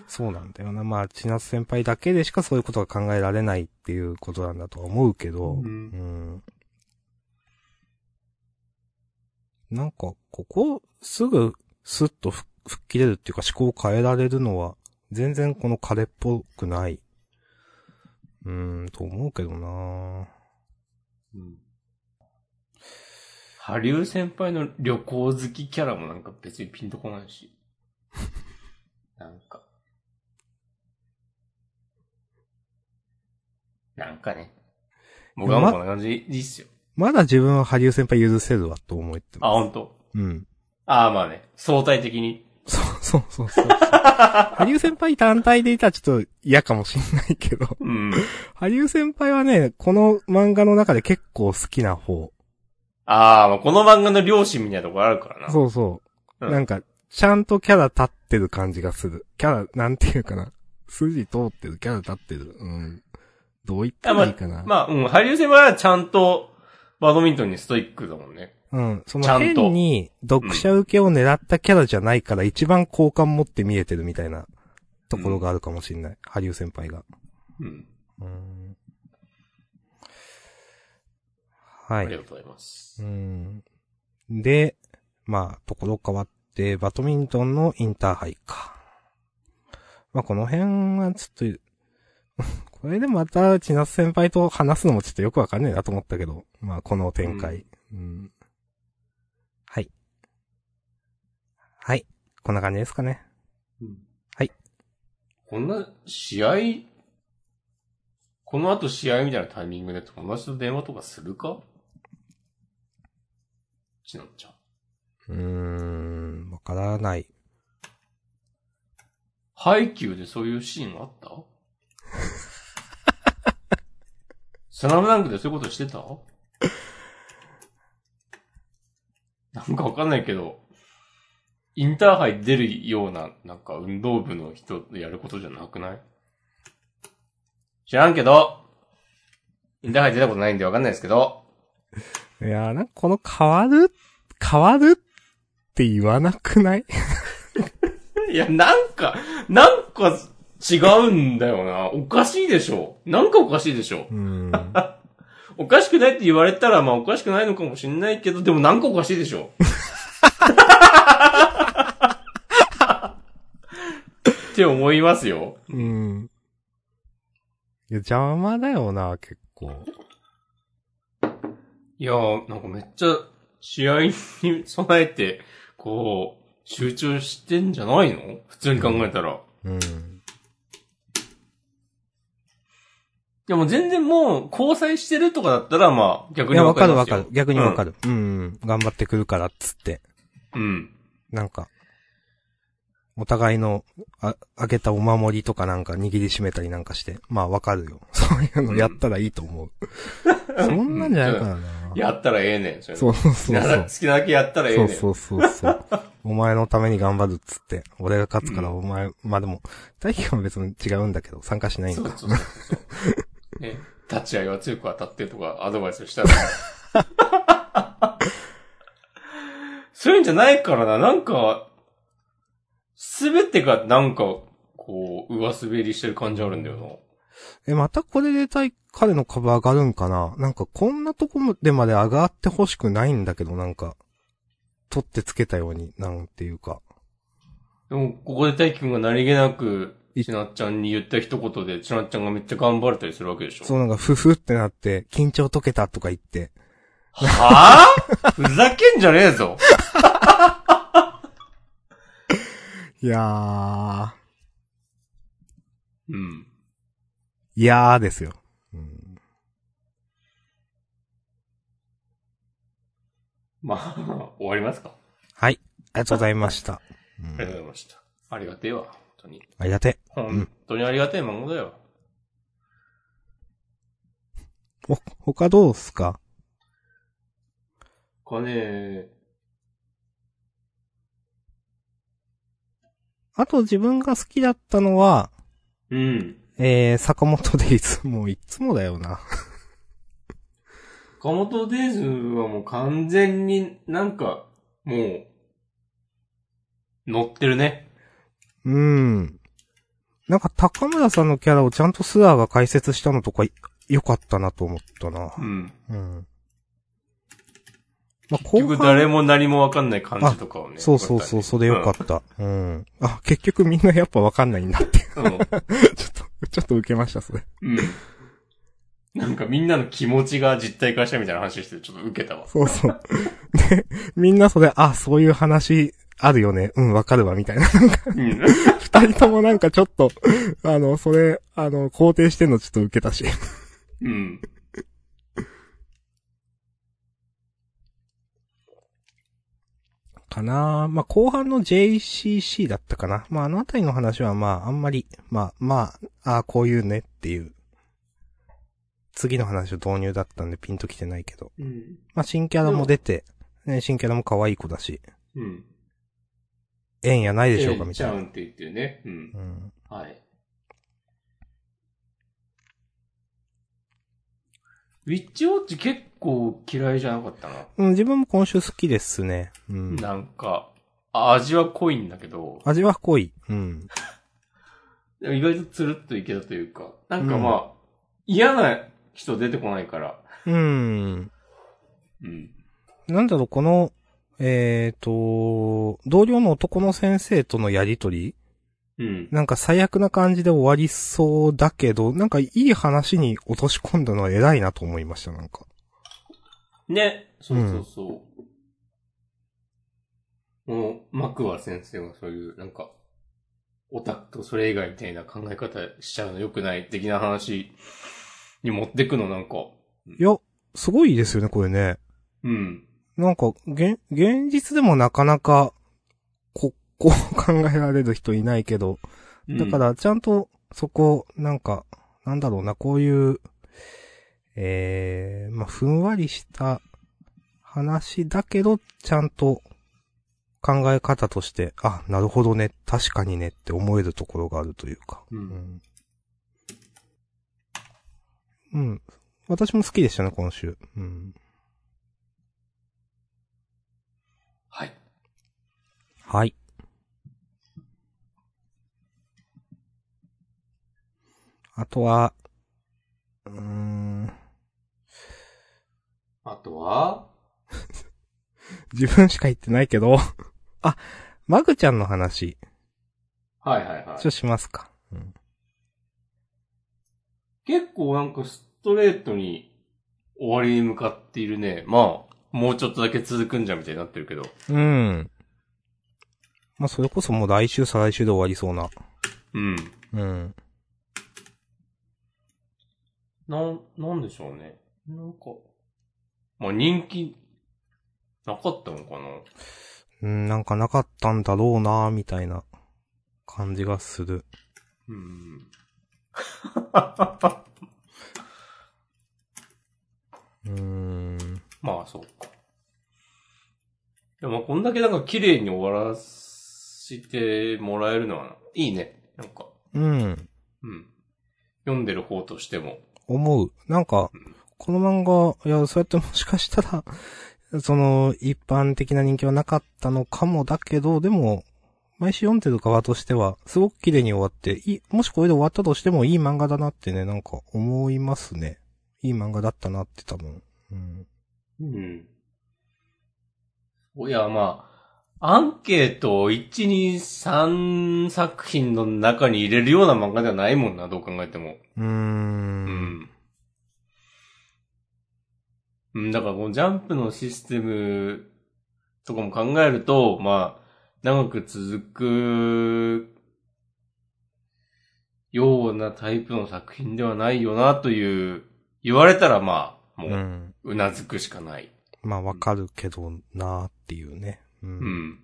[SPEAKER 2] そうなんだよな。まあ、千夏先輩だけでしかそういうことが考えられないっていうことなんだとは思うけど、
[SPEAKER 1] うん
[SPEAKER 2] うんなんか、ここ、すぐ、スッとふ吹っ切れるっていうか思考を変えられるのは、全然この彼っぽくない。うーん、と思うけどな
[SPEAKER 1] ハリウ先輩の旅行好きキャラもなんか別にピンとこないし。 なんか。なんかね。僕はもうこんな感じでいいっすよ。
[SPEAKER 2] まだ自分は羽生先輩許せるわと思って
[SPEAKER 1] あ、ほ
[SPEAKER 2] ます。
[SPEAKER 1] んと。
[SPEAKER 2] うん。
[SPEAKER 1] ああ、まあね。相対的に。
[SPEAKER 2] そうそうそうそう。羽生先輩単体でいたらちょっと嫌かもしんないけど。
[SPEAKER 1] うん。
[SPEAKER 2] 羽生先輩はね、この漫画の中で結構好きな方。
[SPEAKER 1] ああ、まあこの漫画の両親みたいなとこあるからな。
[SPEAKER 2] そうそう。
[SPEAKER 1] うん
[SPEAKER 2] なんか、ちゃんとキャラ立ってる感じがする。キャラ、なんていうかな。筋通ってる、キャラ立ってる。うん。どう言ったらいいかな。
[SPEAKER 1] まあ、うん。ハリウ先輩はちゃんとバドミントンにストイックだもんね。
[SPEAKER 2] うん。そ
[SPEAKER 1] ちゃ
[SPEAKER 2] の
[SPEAKER 1] んと
[SPEAKER 2] 変に読者受けを狙ったキャラじゃないから一番好感持って見えてるみたいなところがあるかもしれない。羽生先輩が。
[SPEAKER 1] うん。
[SPEAKER 2] うん。は
[SPEAKER 1] あ
[SPEAKER 2] い
[SPEAKER 1] り。がとうございます
[SPEAKER 2] う。ん。で、まあ、ところ変わって、バドミントンのインターハイか。まあ、この辺はちょっと、 これでまた、千夏先輩と話すのもちょっとよくわかんねえなと思ったけど、まあ、この展開。うんはい。はい。こんな感じですかね。はい。
[SPEAKER 1] こんな試合、この後試合みたいなタイミングで友達と電話とかするかちなっちゃん。
[SPEAKER 2] うーん、わからない。
[SPEAKER 1] ハイキューでそういうシーンあった スラムダンクでそういうことしてたなんかわかんないけど、インターハイ出るような、なんか運動部の人でやることじゃなくない知らんけど、インターハイ出たことないんでわかんないですけど、
[SPEAKER 2] いやー、なんかこの変わる、変わるって言わなくない
[SPEAKER 1] いや、なんか、なんか違うんだよな。おかしいでしょ。なんかおかしいでしょ。
[SPEAKER 2] うん。
[SPEAKER 1] おかしくないって言われたら、まあおかしくないのかもしんないけど、でもなんかおかしいでしょ。って思いますよ。
[SPEAKER 2] うん。いや、邪魔だよな、結構。
[SPEAKER 1] いやー、なんかめっちゃ試合に備えて、こう、集中してんじゃないの普通に考えたら。
[SPEAKER 2] うん。
[SPEAKER 1] でも全然もう交際してるとかだったら、まあ逆
[SPEAKER 2] い
[SPEAKER 1] に
[SPEAKER 2] や、
[SPEAKER 1] わ
[SPEAKER 2] わ
[SPEAKER 1] か
[SPEAKER 2] か
[SPEAKER 1] り
[SPEAKER 2] る
[SPEAKER 1] ま
[SPEAKER 2] わ
[SPEAKER 1] すよ
[SPEAKER 2] かる。逆にわかる。うん、うん。頑張ってくるから、っつって。
[SPEAKER 1] うん。
[SPEAKER 2] なんか、お互いの、あ、あげたお守りとかなんか握りしめたりなんかして。まあ、わかる よ。そういうのやったらいいと思う。そんなんじゃないからな。
[SPEAKER 1] やったらええねん、それ。
[SPEAKER 2] そうそうそう
[SPEAKER 1] 好きな
[SPEAKER 2] そう
[SPEAKER 1] 好。きなだけやったらええ
[SPEAKER 2] そ
[SPEAKER 1] ね。
[SPEAKER 2] うんそうそうそう。 お前のために頑張るっつって、俺が勝つからお前、まあでも、大輝は別に違うんだけど、参加しない
[SPEAKER 1] そ
[SPEAKER 2] ん
[SPEAKER 1] う
[SPEAKER 2] か。
[SPEAKER 1] そうそう そう。ね、立ち合いは強く当たってとかアドバイスしたら。そういうんじゃないからな、なんか、すべてがなんか、こう、上滑りしてる感じあるんだよな。
[SPEAKER 2] え、またこれで大、彼の株上がるんかななんかこんなとこまでまで上がってほしくないんだけど、なんか、取ってつけたように、なんていうか。
[SPEAKER 1] でも、ここで大輝くんが何気なく、ちなっちゃんに言った一言で、ちなっちゃんがめっちゃ頑張れたりするわけでしょ。
[SPEAKER 2] そうなんか、ふふってなって、緊張解けたとか言って。
[SPEAKER 1] はぁふざけんじゃねえぞ。
[SPEAKER 2] いや
[SPEAKER 1] うん。
[SPEAKER 2] ー、いやーですよ。うん、
[SPEAKER 1] まあ、終わりますか。
[SPEAKER 2] はい。ありがとうございました。う、
[SPEAKER 1] ありがとうんございました。ありがてえわ、本当に。
[SPEAKER 2] ありがてえ。
[SPEAKER 1] 本当にありがたい孫だよ。
[SPEAKER 2] お、他どうっすか
[SPEAKER 1] これね、
[SPEAKER 2] あと自分が好きだったのは、
[SPEAKER 1] うん。
[SPEAKER 2] えー、坂本でいつも、いつもだよな。
[SPEAKER 1] 岡本デイズはもう完全になんか、もう、乗ってるね。
[SPEAKER 2] うん。なんか高村さんのキャラをちゃんとスアーが解説したのとかい、良かったなと思ったな。
[SPEAKER 1] うん。
[SPEAKER 2] うん。まあ、後
[SPEAKER 1] 結局誰も何もわかんない感じとかをね。
[SPEAKER 2] そうそうそう、それ良かった。うん。あ、結局みんなやっぱわかんないんだって。
[SPEAKER 1] た。うん。
[SPEAKER 2] ちょっと、ちょっと受けました、それ。
[SPEAKER 1] うん。なんかみんなの気持ちが実体化したみたいな話しててちょっと受けたわ。
[SPEAKER 2] そうそう。で、みんなそれ、あ、そういう話あるよね。うん、わかるわ、みたいな。
[SPEAKER 1] うん。
[SPEAKER 2] 二人ともなんかちょっと、あの、それ、あの、肯定してんのちょっと受けたし。
[SPEAKER 1] うん。
[SPEAKER 2] かなまあ、後半の JCC だったかな。まあ、あのあたりの話はまあ、あんまり、まあ、まあ、ああ、こういうねっていう。次の話の導入だったんでピンときてないけど。
[SPEAKER 1] うん。
[SPEAKER 2] まあ、新キャラも出て、ね、新キャラも可愛い子だし、
[SPEAKER 1] うん。
[SPEAKER 2] 縁やないでしょうか、
[SPEAKER 1] ええ
[SPEAKER 2] み
[SPEAKER 1] ち
[SPEAKER 2] た
[SPEAKER 1] ゃ
[SPEAKER 2] い
[SPEAKER 1] うん
[SPEAKER 2] な。
[SPEAKER 1] って言ってるね。うん
[SPEAKER 2] う。ん。
[SPEAKER 1] はい。ウィッチウォッチ結構嫌いじゃなかったな。
[SPEAKER 2] うん、自分も今週好きですね。うん。
[SPEAKER 1] なんか、味は濃いんだけど、
[SPEAKER 2] 味は濃い。うん。
[SPEAKER 1] でも意外とつるっといけたというか、なんかまあ、嫌な人出てこないから、
[SPEAKER 2] うん。
[SPEAKER 1] うん。
[SPEAKER 2] なんだろう、この、えっ、と、同僚の男の先生とのやりとり
[SPEAKER 1] うん。
[SPEAKER 2] なんか最悪な感じで終わりそうだけど、なんかいい話に落とし込んだのは偉いなと思いました、なんか。
[SPEAKER 1] ね、そうそうそう。もう、マクワ先生はそういう、なんか、オタクとそれ以外みたいな考え方しちゃうの良くない的な話に持ってくのなんか、
[SPEAKER 2] いや、すごいですよね、これね。
[SPEAKER 1] うん。
[SPEAKER 2] なんか、げん、現実でもなかなか、こ、 こう考えられる人いないけど、だか
[SPEAKER 1] うん、
[SPEAKER 2] らちゃんと、そこ、なんか、なんだろうな、こういう、えー、まあ、ふんわりした話だけど、ちゃんと考え方として、あ、なるほどね、確かにねって思えるところがあるというか。
[SPEAKER 1] う。
[SPEAKER 2] うんん。うん。私も好きでしたね、今週。うん。
[SPEAKER 1] はい。
[SPEAKER 2] はい。あとは、うーん、
[SPEAKER 1] あとは
[SPEAKER 2] 自分しか言ってないけど、 あ、マグちゃんの話、
[SPEAKER 1] はいはいは
[SPEAKER 2] ちょ、しますか。うん
[SPEAKER 1] 結構なんかストレートに終わりに向かっているね。まあ、もうちょっとだけ続くんじゃみたいになってるけど。
[SPEAKER 2] うん。まあ、それこそもう来週、再来週で終わりそうな。
[SPEAKER 1] うん。
[SPEAKER 2] うん。
[SPEAKER 1] なん、なんでしょうね。なんか、まあ人気、なかったのかな
[SPEAKER 2] うん、なんかなかったんだろうなみたいな感じがする。
[SPEAKER 1] うん。
[SPEAKER 2] うーん。
[SPEAKER 1] まあ、そうか。でも、こんだけなんか綺麗に終わらしてもらえるのは、いいね。なんか、
[SPEAKER 2] うん。
[SPEAKER 1] うん。読んでる方としても。
[SPEAKER 2] 思う。なんか、この漫画、いや、そうやってもしかしたら、 その、一般的な人気はなかったのかもだけど、でも、毎週読んでる側としては、すごく綺麗に終わって、いい、もしこれで終わったとしてもいい漫画だなってね、なんか思いますね。いい漫画だったなって多分。うん。
[SPEAKER 1] うん。いや、まあ、アンケートを1、2、3作品の中に入れるような漫画ではないもんな、どう考えても。
[SPEAKER 2] うー。
[SPEAKER 1] うんん。うん、だからこのジャンプのシステムとかも考えると、まあ、長く続くようなタイプの作品ではないよなという、言われたらまあ、も
[SPEAKER 2] う
[SPEAKER 1] う、
[SPEAKER 2] ん。
[SPEAKER 1] うなずくしかない。
[SPEAKER 2] まあわかるけどなーっていうね。
[SPEAKER 1] う。ん。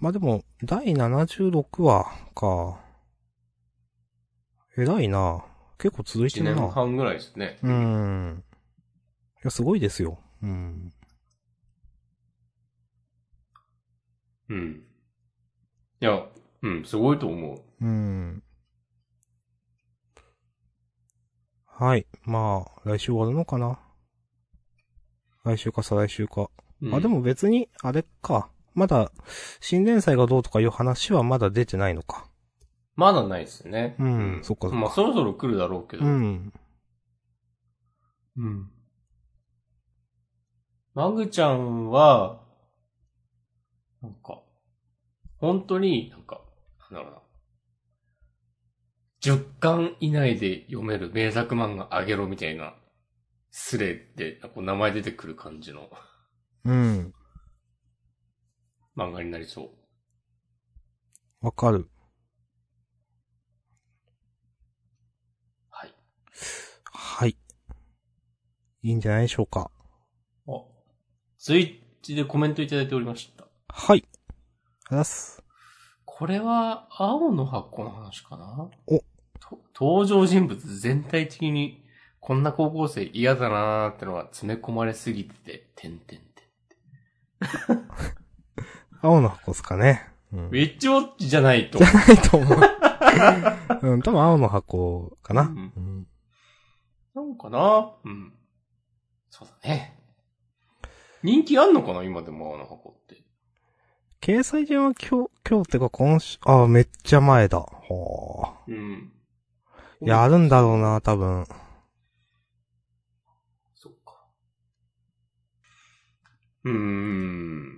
[SPEAKER 2] まあでも、第76話か。偉いな。結構続いて
[SPEAKER 1] 1
[SPEAKER 2] る
[SPEAKER 1] 年
[SPEAKER 2] な。
[SPEAKER 1] 半ぐらいですね。
[SPEAKER 2] うん。いや、すごいですよ。うん。
[SPEAKER 1] うん。いや、うん、すごいと思う。
[SPEAKER 2] うん。はい。まあ、来週終わるのかな。来週か再来週か。
[SPEAKER 1] うん
[SPEAKER 2] あ、で、も別に、あれか。まだ、新連載がどうとかいう話はまだ出てないのか。
[SPEAKER 1] まだないですね。
[SPEAKER 2] うんそっかそっか
[SPEAKER 1] まあそろそろ来るだろうけど。
[SPEAKER 2] うん。
[SPEAKER 1] うん。マグちゃんは、なんか、本当になんか、なんだろうな。10巻以内で読める名作漫画あげろみたいな、スレって、なんかこう名前出てくる感じの
[SPEAKER 2] うん。
[SPEAKER 1] 漫画になりそう。
[SPEAKER 2] わかる。
[SPEAKER 1] はい。
[SPEAKER 2] はい。いいんじゃないでしょうか。
[SPEAKER 1] あ、ツイッチでコメントいただいておりました。
[SPEAKER 2] はい。あざっす。
[SPEAKER 1] これは、青の箱の話かな
[SPEAKER 2] お
[SPEAKER 1] と登場人物全体的に、こんな高校生嫌だなーってのは詰め込まれすぎてて、てんてんてん。
[SPEAKER 2] 青の箱っすかね。うん。
[SPEAKER 1] ウィッチウォッチじゃ ないと。
[SPEAKER 2] ないと思 う。うん、多分青の箱かな。
[SPEAKER 1] うん
[SPEAKER 2] うん
[SPEAKER 1] なんかなうん。そうだね。人気あんのかな今でも青の箱って。
[SPEAKER 2] 掲載順は今日、今日ってか今週、あーめっちゃ前だ。はあ。
[SPEAKER 1] うん。
[SPEAKER 2] いや、あるんだろうな、多分。
[SPEAKER 1] そっか。うーん。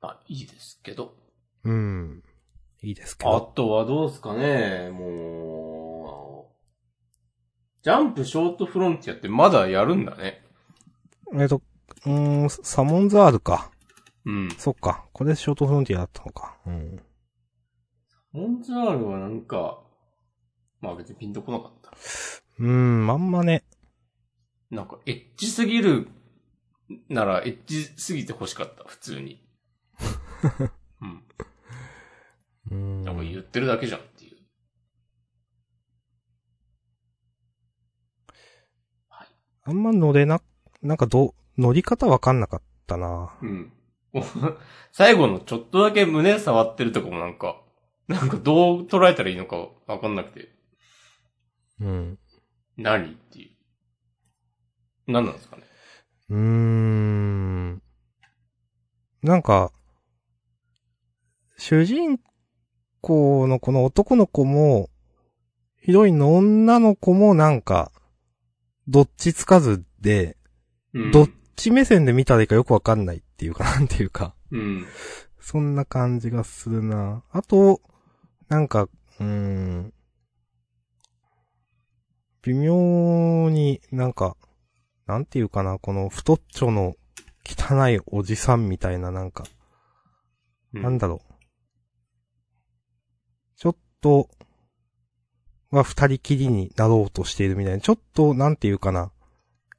[SPEAKER 1] まあ、いいですけど。
[SPEAKER 2] うん。いいですけ
[SPEAKER 1] あ
[SPEAKER 2] ど。
[SPEAKER 1] とはどうですかね、もう、ジャンプショートフロンティアってまだやるんだね。
[SPEAKER 2] えっと、うーん、サモンザールか。
[SPEAKER 1] うん。
[SPEAKER 2] そっか。これショートフロンティアだったのか。うん。
[SPEAKER 1] モンツアールはなんか、まあ別にピンとこなかった。
[SPEAKER 2] うん、まんまね。
[SPEAKER 1] なんか、エッチすぎるなら、エッチすぎて欲しかった、普通 に。うん。
[SPEAKER 2] うん。
[SPEAKER 1] なんか言ってるだけじゃんっていう。
[SPEAKER 2] あんま乗れな、なんかど、乗り方わかんなかったな。
[SPEAKER 1] うん。 最後のちょっとだけ胸触ってるとかもなんか、なんかどう捉えたらいいのかわかんなくて、
[SPEAKER 2] うん。
[SPEAKER 1] 何っていう。何なんですかね。
[SPEAKER 2] うーん。なんか、主人公のこの男の子も、ヒロインの女の子もなんか、どっちつかずで、
[SPEAKER 1] うん。
[SPEAKER 2] どっち目線で見たらいいかよくわかんないっていうか、なんていうか。
[SPEAKER 1] うん。
[SPEAKER 2] そんな感じがするな。あと、なんか、うーん。微妙になんか、なんていうかな、この太っちょの汚いおじさんみたいななんか、
[SPEAKER 1] うん
[SPEAKER 2] なんだろう。ちょっと、は二人きりになろうとしているみたいな。ちょっと、なんていうかな。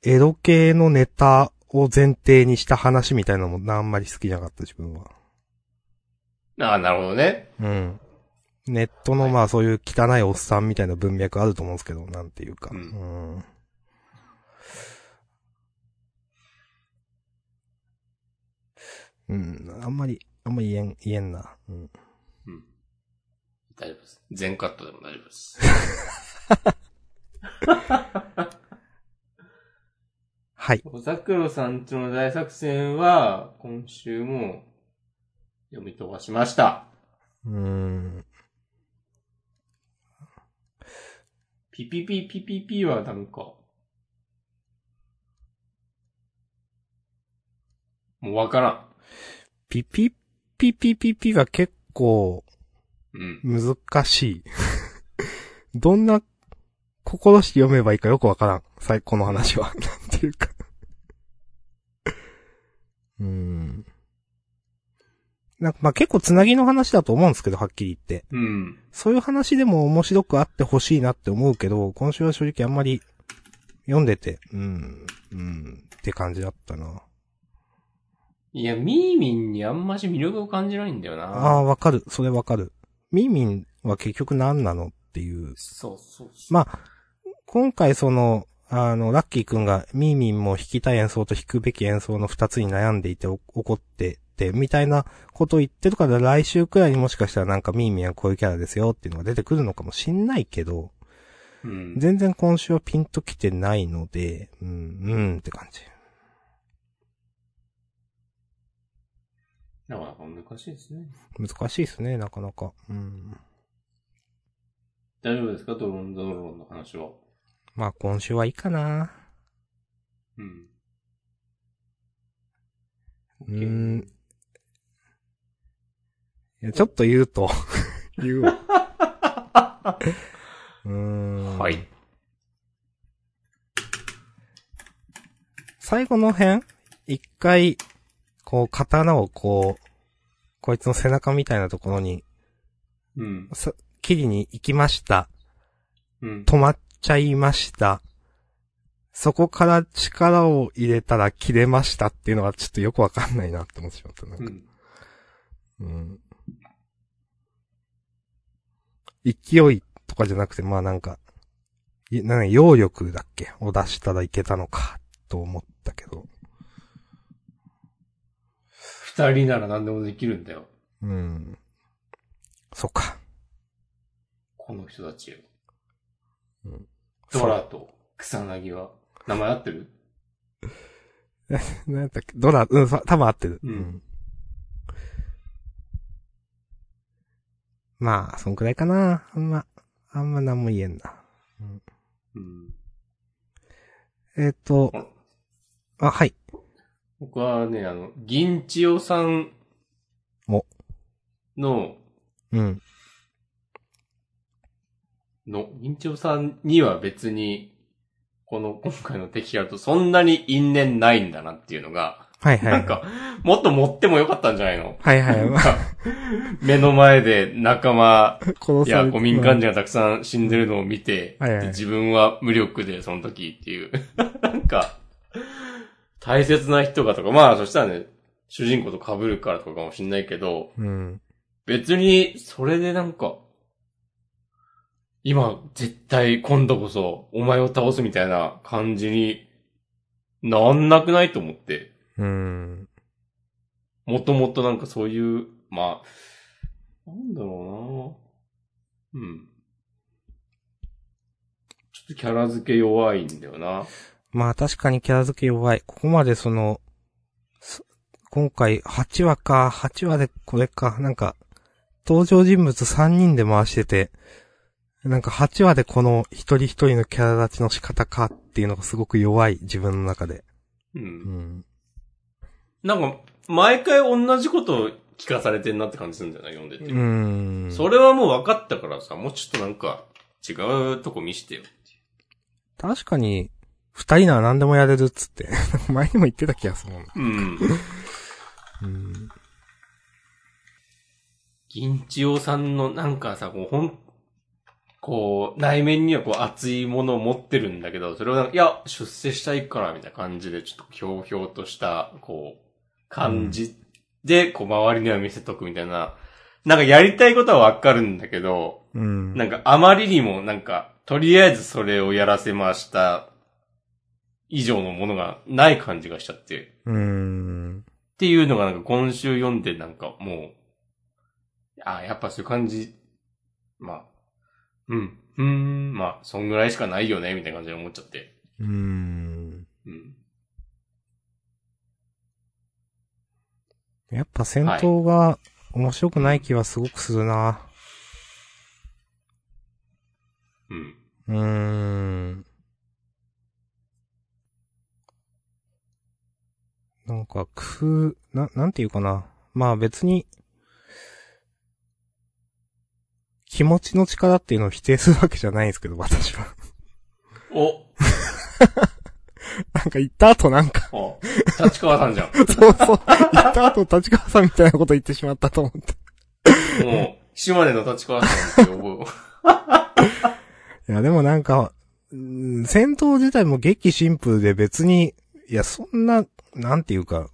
[SPEAKER 2] エロ系のネタを前提にした話みたいなのもあんまり好きじゃなかった自分は。
[SPEAKER 1] ああ、なるほどね。
[SPEAKER 2] うん。ネットのまあそういう汚いおっさんみたいな文脈あると思うんですけど、なんていうか。
[SPEAKER 1] う
[SPEAKER 2] うん。うん、あんまり、あんまり言えん、言えんな。うん。
[SPEAKER 1] うん。大丈夫です。全カットでも大丈夫です。
[SPEAKER 2] はい。
[SPEAKER 1] 小桜さんちの大作戦は、今週も読み飛ばしました。
[SPEAKER 2] うーん。
[SPEAKER 1] ピピピピピピはなんか、もうわから
[SPEAKER 2] ピピッピピピピが結構
[SPEAKER 1] ん。うん。
[SPEAKER 2] 難しい。 どんな心して読めばいいかよくわからん。最高の話は。 なんていうか。うーん。なんかまあ結構つなぎの話だと思うんですけど、はっきり言って。
[SPEAKER 1] うん。
[SPEAKER 2] そういう話でも面白くあってほしいなって思うけど、今週は正直あんまり読んでて、うん、うん、って感じだったな。
[SPEAKER 1] いや、ミーミンにあんまし魅力を感じないんだよ
[SPEAKER 2] ああ
[SPEAKER 1] な。
[SPEAKER 2] ー、わかる。それわかる。ミーミンは結局何なのっていう
[SPEAKER 1] そうそうそう。
[SPEAKER 2] まあ、今回その、あの、ラッキーくんがミーミンも弾きたい演奏と弾くべき演奏の二つに悩んでいてお怒ってて、みたいなことを言ってるから来週くらいにもしかしたらなんかミーミンはこういうキャラですよっていうのが出てくるのかもしんないけど、
[SPEAKER 1] うん。
[SPEAKER 2] 全然今週はピンときてないので、うん、うんって感じ。
[SPEAKER 1] なかなか難しいですね。
[SPEAKER 2] 難しいですね、なかなか。うん。
[SPEAKER 1] 大丈夫ですかドロンドロンの話は。
[SPEAKER 2] まあ今週はいいかな。
[SPEAKER 1] うん。
[SPEAKER 2] うーん。いや、ちょっと言うと、 言うわ。うーん。
[SPEAKER 1] は。い。
[SPEAKER 2] 最後の辺、一回、こう、刀をこう、こいつの背中みたいなところに、
[SPEAKER 1] うん。
[SPEAKER 2] さ切りに行きました。
[SPEAKER 1] うん。
[SPEAKER 2] 止まっちゃいました。そこから力を入れたら切れましたっていうのはちょっとよくわかんないなって思ってしまった。なん
[SPEAKER 1] う
[SPEAKER 2] か、
[SPEAKER 1] ん。
[SPEAKER 2] うん。勢いとかじゃなくて、まあなんか、いなんか揚力だっけを出したらいけたのか、と思ったけど。
[SPEAKER 1] 二人なら何でもできるんだよ。
[SPEAKER 2] うん。そっか。
[SPEAKER 1] この人たちよ。
[SPEAKER 2] うん。
[SPEAKER 1] ドラと草薙は。名前合ってる
[SPEAKER 2] そう。なんだっけドラ、うん、さ多分合ってる。
[SPEAKER 1] うん
[SPEAKER 2] まあ、そんくらいかな。あんま、あんま何も言えんな。
[SPEAKER 1] うん。
[SPEAKER 2] えっ、と、あ、はい。
[SPEAKER 1] 僕はね、あの、銀千代さん
[SPEAKER 2] お
[SPEAKER 1] の、
[SPEAKER 2] うん。
[SPEAKER 1] の、銀千代さんには別に、この今回の敵やるとそんなに因縁ないんだなっていうのが、
[SPEAKER 2] はいはい。
[SPEAKER 1] なんか、もっと持ってもよかったんじゃないの
[SPEAKER 2] はいはい。
[SPEAKER 1] なんか目の前で仲間
[SPEAKER 2] 殺
[SPEAKER 1] い
[SPEAKER 2] さ
[SPEAKER 1] や
[SPEAKER 2] れ
[SPEAKER 1] 古民患者がたくさん死んでるのを見て、
[SPEAKER 2] はいはい
[SPEAKER 1] で自分は無力で、その時っていう。 なんか、大切な人がとか、まあそしたらね、主人公と被るからとかかもしんないけど、
[SPEAKER 2] うん。
[SPEAKER 1] 別に、それでなんか、今、絶対、今度こそ、お前を倒すみたいな感じになんなくないと思って。
[SPEAKER 2] うん。
[SPEAKER 1] もともとなんかそういう、まあ、なんだろうなうん。ちょっとキャラ付け弱いんだよな。
[SPEAKER 2] まあ確かにキャラ付け弱い。ここまでその、す今回8話か、8話でこれか、なんか、登場人物3人で回してて、なんか8話でこの一人一人のキャラ立ちの仕方かっていうのがすごく弱い、自分の中で。
[SPEAKER 1] う。
[SPEAKER 2] うんん。
[SPEAKER 1] なんか、毎回同じことを聞かされてんなって感じするんじゃない読んで
[SPEAKER 2] う
[SPEAKER 1] て。
[SPEAKER 2] ーん。
[SPEAKER 1] それはもう分かったからさ、もうちょっとなんか、違うとこ見してよ。
[SPEAKER 2] 確かに、二人なら何でもやれるっつって。 前にも言ってた気がするもん。
[SPEAKER 1] うん。
[SPEAKER 2] うん。
[SPEAKER 1] 銀千代さんのなんかさ、こう、ほん、こう、内面にはこう熱いものを持ってるんだけど、それをなんか、いや、出世したいから、みたいな感じで、ちょっとひょうひょうとした、こう、感じで、こう、周りには見せとくみたいな、なんかやりたいことはわかるんだけど、
[SPEAKER 2] うん。
[SPEAKER 1] なんかあまりにもなんか、とりあえずそれをやらせました、以上のものがない感じがしちゃって。
[SPEAKER 2] うーん。
[SPEAKER 1] っていうのがなんか今週読んでなんかもう、ああ、やっぱそういう感じ、まあ、うん、うーん、まあ、そんぐらいしかないよね、みたいな感じで思っちゃって。
[SPEAKER 2] うーん。
[SPEAKER 1] うん。
[SPEAKER 2] やっぱ戦闘が面白くない気はすごくするな。
[SPEAKER 1] うん。
[SPEAKER 2] うーん。なんか、工夫、な、なんていうかな。まあ別に、気持ちの力っていうのを否定するわけじゃないんですけど、私は。
[SPEAKER 1] お
[SPEAKER 2] なんか言った後なんか、
[SPEAKER 1] お立川さんじゃん。
[SPEAKER 2] そうそう、言った後立川さんみたいなこと言ってしまったと思って。
[SPEAKER 1] もう、島根の立川さんって覚えよ
[SPEAKER 2] いや、でもなんか、うん戦闘自体も激シンプルで別に、いや、そんな、なんていうか、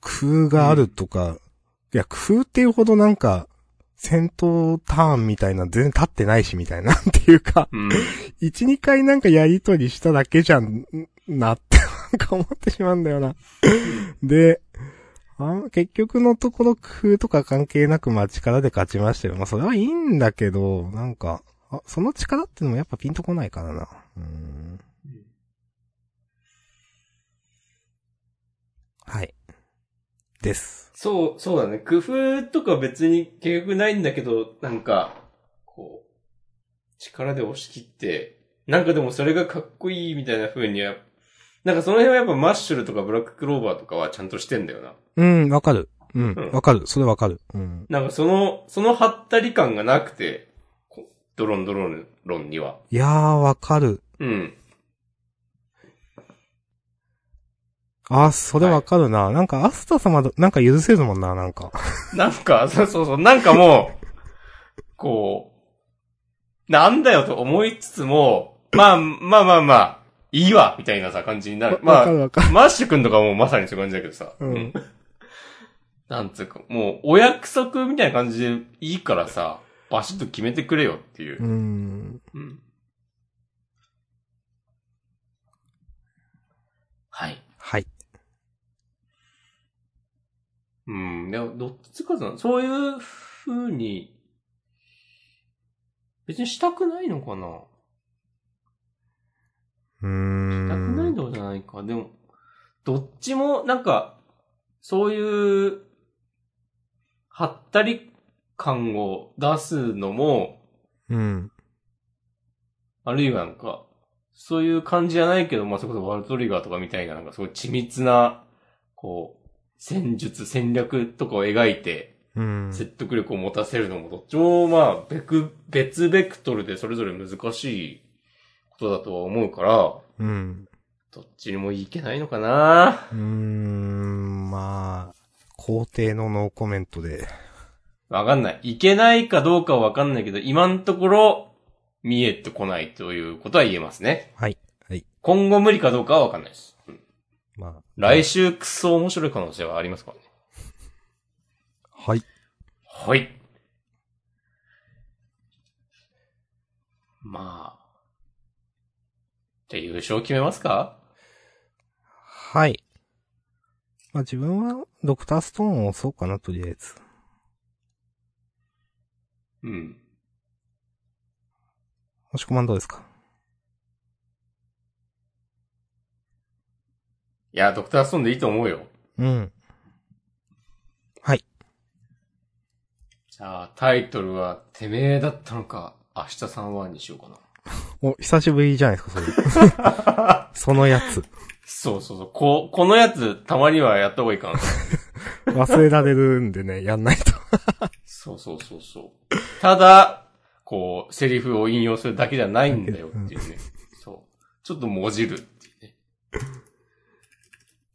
[SPEAKER 2] 工夫があるとか、いや、工夫っていうほどなんか、戦闘ターンみたいな全然立ってないしみたいな、 なんていうか、
[SPEAKER 1] う。うん。
[SPEAKER 2] 一、二回なんかやりとりしただけじゃん、なって、 なんか思ってしまうんだよな。で、あ結局のところ工夫とか関係なく、まあ力で勝ちましたよ。まあそれはいいんだけど、なんか、あ、その力ってのもやっぱピンとこないからな。うん。はい。です。
[SPEAKER 1] そう、そうだね。工夫とか別に結局ないんだけど、なんか、こう、力で押し切って、なんかでもそれがかっこいいみたいな風には、なんかその辺はやっぱマッシュルとかブラッククローバーとかはちゃんとしてんだよな。
[SPEAKER 2] うん、わかる。うん
[SPEAKER 1] うん、
[SPEAKER 2] わかる。それわかる。うん。
[SPEAKER 1] なんかその、そのハったり感がなくて、こうドロンドロンロンには。
[SPEAKER 2] いやー、わかる。
[SPEAKER 1] うん。
[SPEAKER 2] あー、それわかるな。なんか、アスタ様だ、なんか許せるもんな、なんか。
[SPEAKER 1] なんか、 そうそうそう、なんかもう、こう、なんだよと思いつつも、まあまあまあまあ、いいわみたいなさ、感じになる。ま
[SPEAKER 2] わ
[SPEAKER 1] あ
[SPEAKER 2] か、るわかる。
[SPEAKER 1] マッシュ君とかもまさにそういう感じだけどさ。
[SPEAKER 2] うん。
[SPEAKER 1] なんつうか、もう、お約束みたいな感じでいいからさ、バシッと決めてくれよっていうう。
[SPEAKER 2] ん。
[SPEAKER 1] うん。はい。
[SPEAKER 2] はい。
[SPEAKER 1] うん。でも、どっちかな。そういう風に、別にしたくないのかな
[SPEAKER 2] うー
[SPEAKER 1] したくない
[SPEAKER 2] ん。
[SPEAKER 1] のじゃないか。でも、どっちも、なんか、そういう、はったり感を出すのも、
[SPEAKER 2] うん。
[SPEAKER 1] あるいはなんか、そういう感じじゃないけど、まあ、それこそワールドトリガーとかみたいな、なんかすごい緻密な、こう、戦術、戦略とかを描いて、
[SPEAKER 2] うん。
[SPEAKER 1] 説得力を持たせるのも、どっちも、まあ、別、別ベクトルでそれぞれ難しいことだとは思うから、
[SPEAKER 2] うん。
[SPEAKER 1] どっちにもいけないのかな
[SPEAKER 2] うーん。まあ、皇帝のノーコメントで。
[SPEAKER 1] わかんない。いけないかどうかはわかんないけど、今のところ、見えてこないということは言えますね。
[SPEAKER 2] はい。はい。
[SPEAKER 1] 今後無理かどうかはわかんないです。うん
[SPEAKER 2] まあ。
[SPEAKER 1] 来週くそ面白い可能性はありますからね。
[SPEAKER 2] はい。
[SPEAKER 1] はい。まあ。じゃあ優勝決めますか
[SPEAKER 2] はい。まあ自分は、ドクターストーンを押そうかな、とりあえず。
[SPEAKER 1] うん。
[SPEAKER 2] 星コマンどうですか
[SPEAKER 1] いや、ドクターストーンでいいと思うよ。
[SPEAKER 2] うん。
[SPEAKER 1] じゃあ、タイトルは、てめえだったのか、明日さんはにしようかな。
[SPEAKER 2] お、久しぶりじゃないですか、そ れ。そのやつ。
[SPEAKER 1] そうそうそう。こ、このやつ、たまにはやった方がいいかな。
[SPEAKER 2] 忘れられるんでね、やんないと。
[SPEAKER 1] そうそうそうそう。ただ、こう、セリフを引用するだけじゃないんだよっていうね。そう。ちょっともじるっていう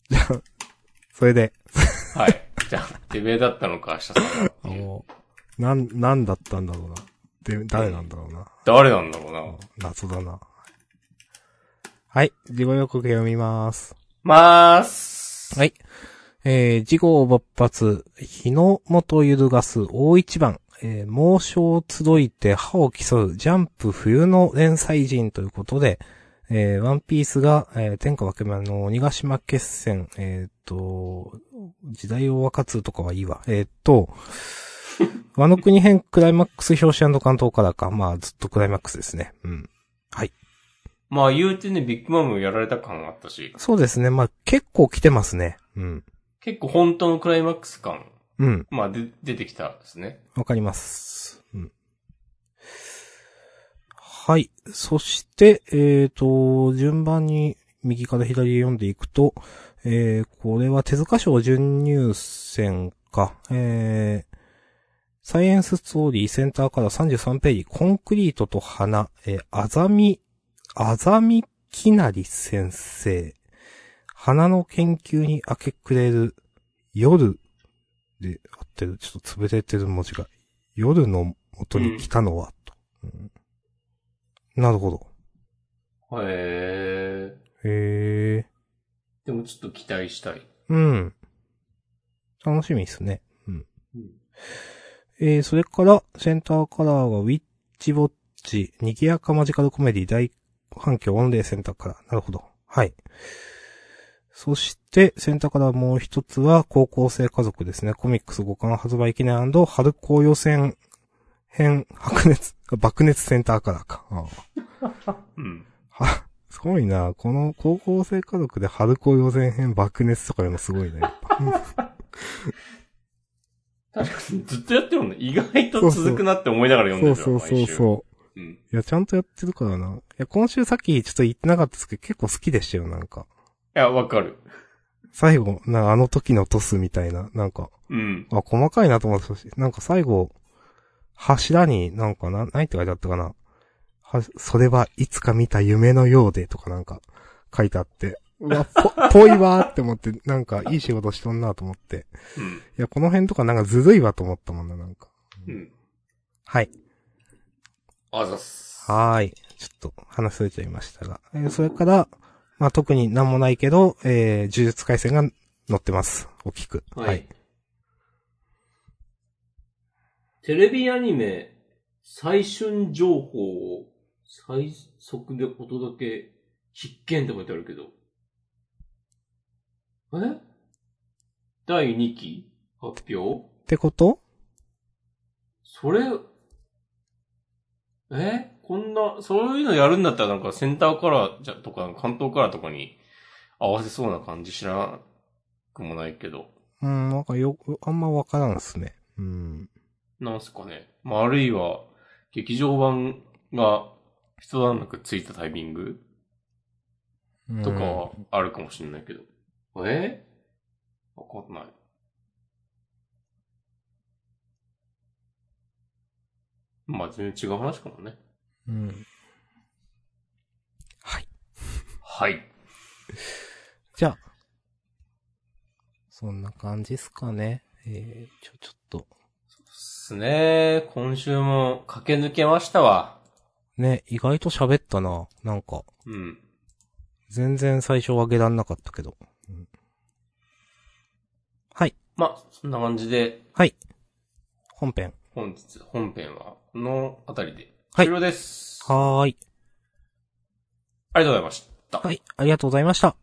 [SPEAKER 1] ね。
[SPEAKER 2] それで、
[SPEAKER 1] はい。じゃあ、てめえだったのか、明日さんはっていう。
[SPEAKER 2] もう、なん、なんだったんだろうな。で、誰なんだろうな。
[SPEAKER 1] 誰なんだろうな。
[SPEAKER 2] 謎だな。はい。事後予告読みます。
[SPEAKER 1] まーす。
[SPEAKER 2] はい。えー、事後勃発、日の元揺るがす大一番、えー、猛暑を集いて歯を競うジャンプ冬の連載人ということで、えー、ワンピースが、えー、天下分け目の鬼ヶ島決戦、えーっと、時代を分かつとかはいいわ。えーっと、 ワノ国編クライマックス表紙関東からか。まあ、ずっとクライマックスですね。うん。
[SPEAKER 1] まあ言うてね、ビッグマムやられた感あったし、
[SPEAKER 2] そうですね。まあ、結構来てますね。うん。
[SPEAKER 1] 結構本当のクライマックス感、
[SPEAKER 2] うん。
[SPEAKER 1] まあで出てきたですね。
[SPEAKER 2] わかります。うん。はい。そして、えっ、と、順番に右から左へ読んでいくと、えー、これは手塚賞準入選か、えー、サイエンスストーリーセンターから33ページ、コンクリートと花、えー、あざみ、あざみきなり先生、花の研究に明け暮れる夜で合ってる、ちょっと潰れてる文字が、夜の元に来たのは、と、うんなるほど。
[SPEAKER 1] へえ。
[SPEAKER 2] へえ。
[SPEAKER 1] でもちょっと期待したい。
[SPEAKER 2] うん。楽しみですね。
[SPEAKER 1] うん
[SPEAKER 2] えー、それから、センターカラーは、ウィッチウォッチ、にぎやかマジカルコメディ大反響オンデーセンターカラー。なるほど。はい。そして、センターカラーもう一つは、高校生家族ですね。コミックス5巻発売記念春高予選編、白熱、 爆熱センターカラーか。あー
[SPEAKER 1] うん。
[SPEAKER 2] は、すごいな。この高校生家族で春高予選編爆熱とかいうのすごいね。やっぱ
[SPEAKER 1] 確かにずっとやってるもんね。意外と続くなって思いながら
[SPEAKER 2] そ
[SPEAKER 1] 読ん
[SPEAKER 2] う
[SPEAKER 1] でる
[SPEAKER 2] そうそう
[SPEAKER 1] う。
[SPEAKER 2] そう。
[SPEAKER 1] うん。
[SPEAKER 2] いや、ちゃんとやってるからな。いや、今週さっきちょっと言ってなかったですけど、結構好きでしたよ、なんか。
[SPEAKER 1] いや、わかる。
[SPEAKER 2] 最後、なんかあの時のトスみたいな、なんか、
[SPEAKER 1] うん。
[SPEAKER 2] あ、細かいなと思ってたし、なんか最後、柱になんかな、何て書いてあったかな。は、それはいつか見た夢のようでとかなんか書いてあって、うわ、ぽ、 ぽいわーって思って、なんかいい仕事しとんなと思って。
[SPEAKER 1] うん。
[SPEAKER 2] いや、この辺とかなんかずるいわと思ったもんな、なんか。
[SPEAKER 1] うん。
[SPEAKER 2] はい。
[SPEAKER 1] あざっす。
[SPEAKER 2] はーい。ちょっと話しとれちゃいましたが。えーそれから、まあ、特になんもないけど、えー、呪術回戦が載ってます。大きく。
[SPEAKER 1] はい。。テレビアニメ、最旬情報を最速でお届け、必見って書いてあるけど。え第2期発表
[SPEAKER 2] ってこと
[SPEAKER 1] それ、えこんな、そういうのやるんだったらなんかセンターカラーじゃとか関東カラーとかに合わせそうな感じ知らなくもないけど。
[SPEAKER 2] うん、なんかよく、あんまわからんっすね。うん。
[SPEAKER 1] なんすかね。まあ、あるいは、劇場版が一段落ついたタイミングとかはあるかもしれないけど。えわかんない。まあ、全然違う話かもね。
[SPEAKER 2] うん。うん。はい。
[SPEAKER 1] はい。
[SPEAKER 2] じゃあ、そんな感じっすかね。えー、ちょ、ちょっと。
[SPEAKER 1] ですね。今週も駆け抜けましたわ。
[SPEAKER 2] ね、意外と喋ったな。なんか、
[SPEAKER 1] うん。
[SPEAKER 2] 全然最初は下段なかったけど。うんはい。
[SPEAKER 1] まあ、そんな感じで、
[SPEAKER 2] はい。本編。
[SPEAKER 1] 本日、本編は、このあたりで、
[SPEAKER 2] はい
[SPEAKER 1] 終了です。
[SPEAKER 2] はーい。
[SPEAKER 1] ありがとうございました。
[SPEAKER 2] はい、ありがとうございました。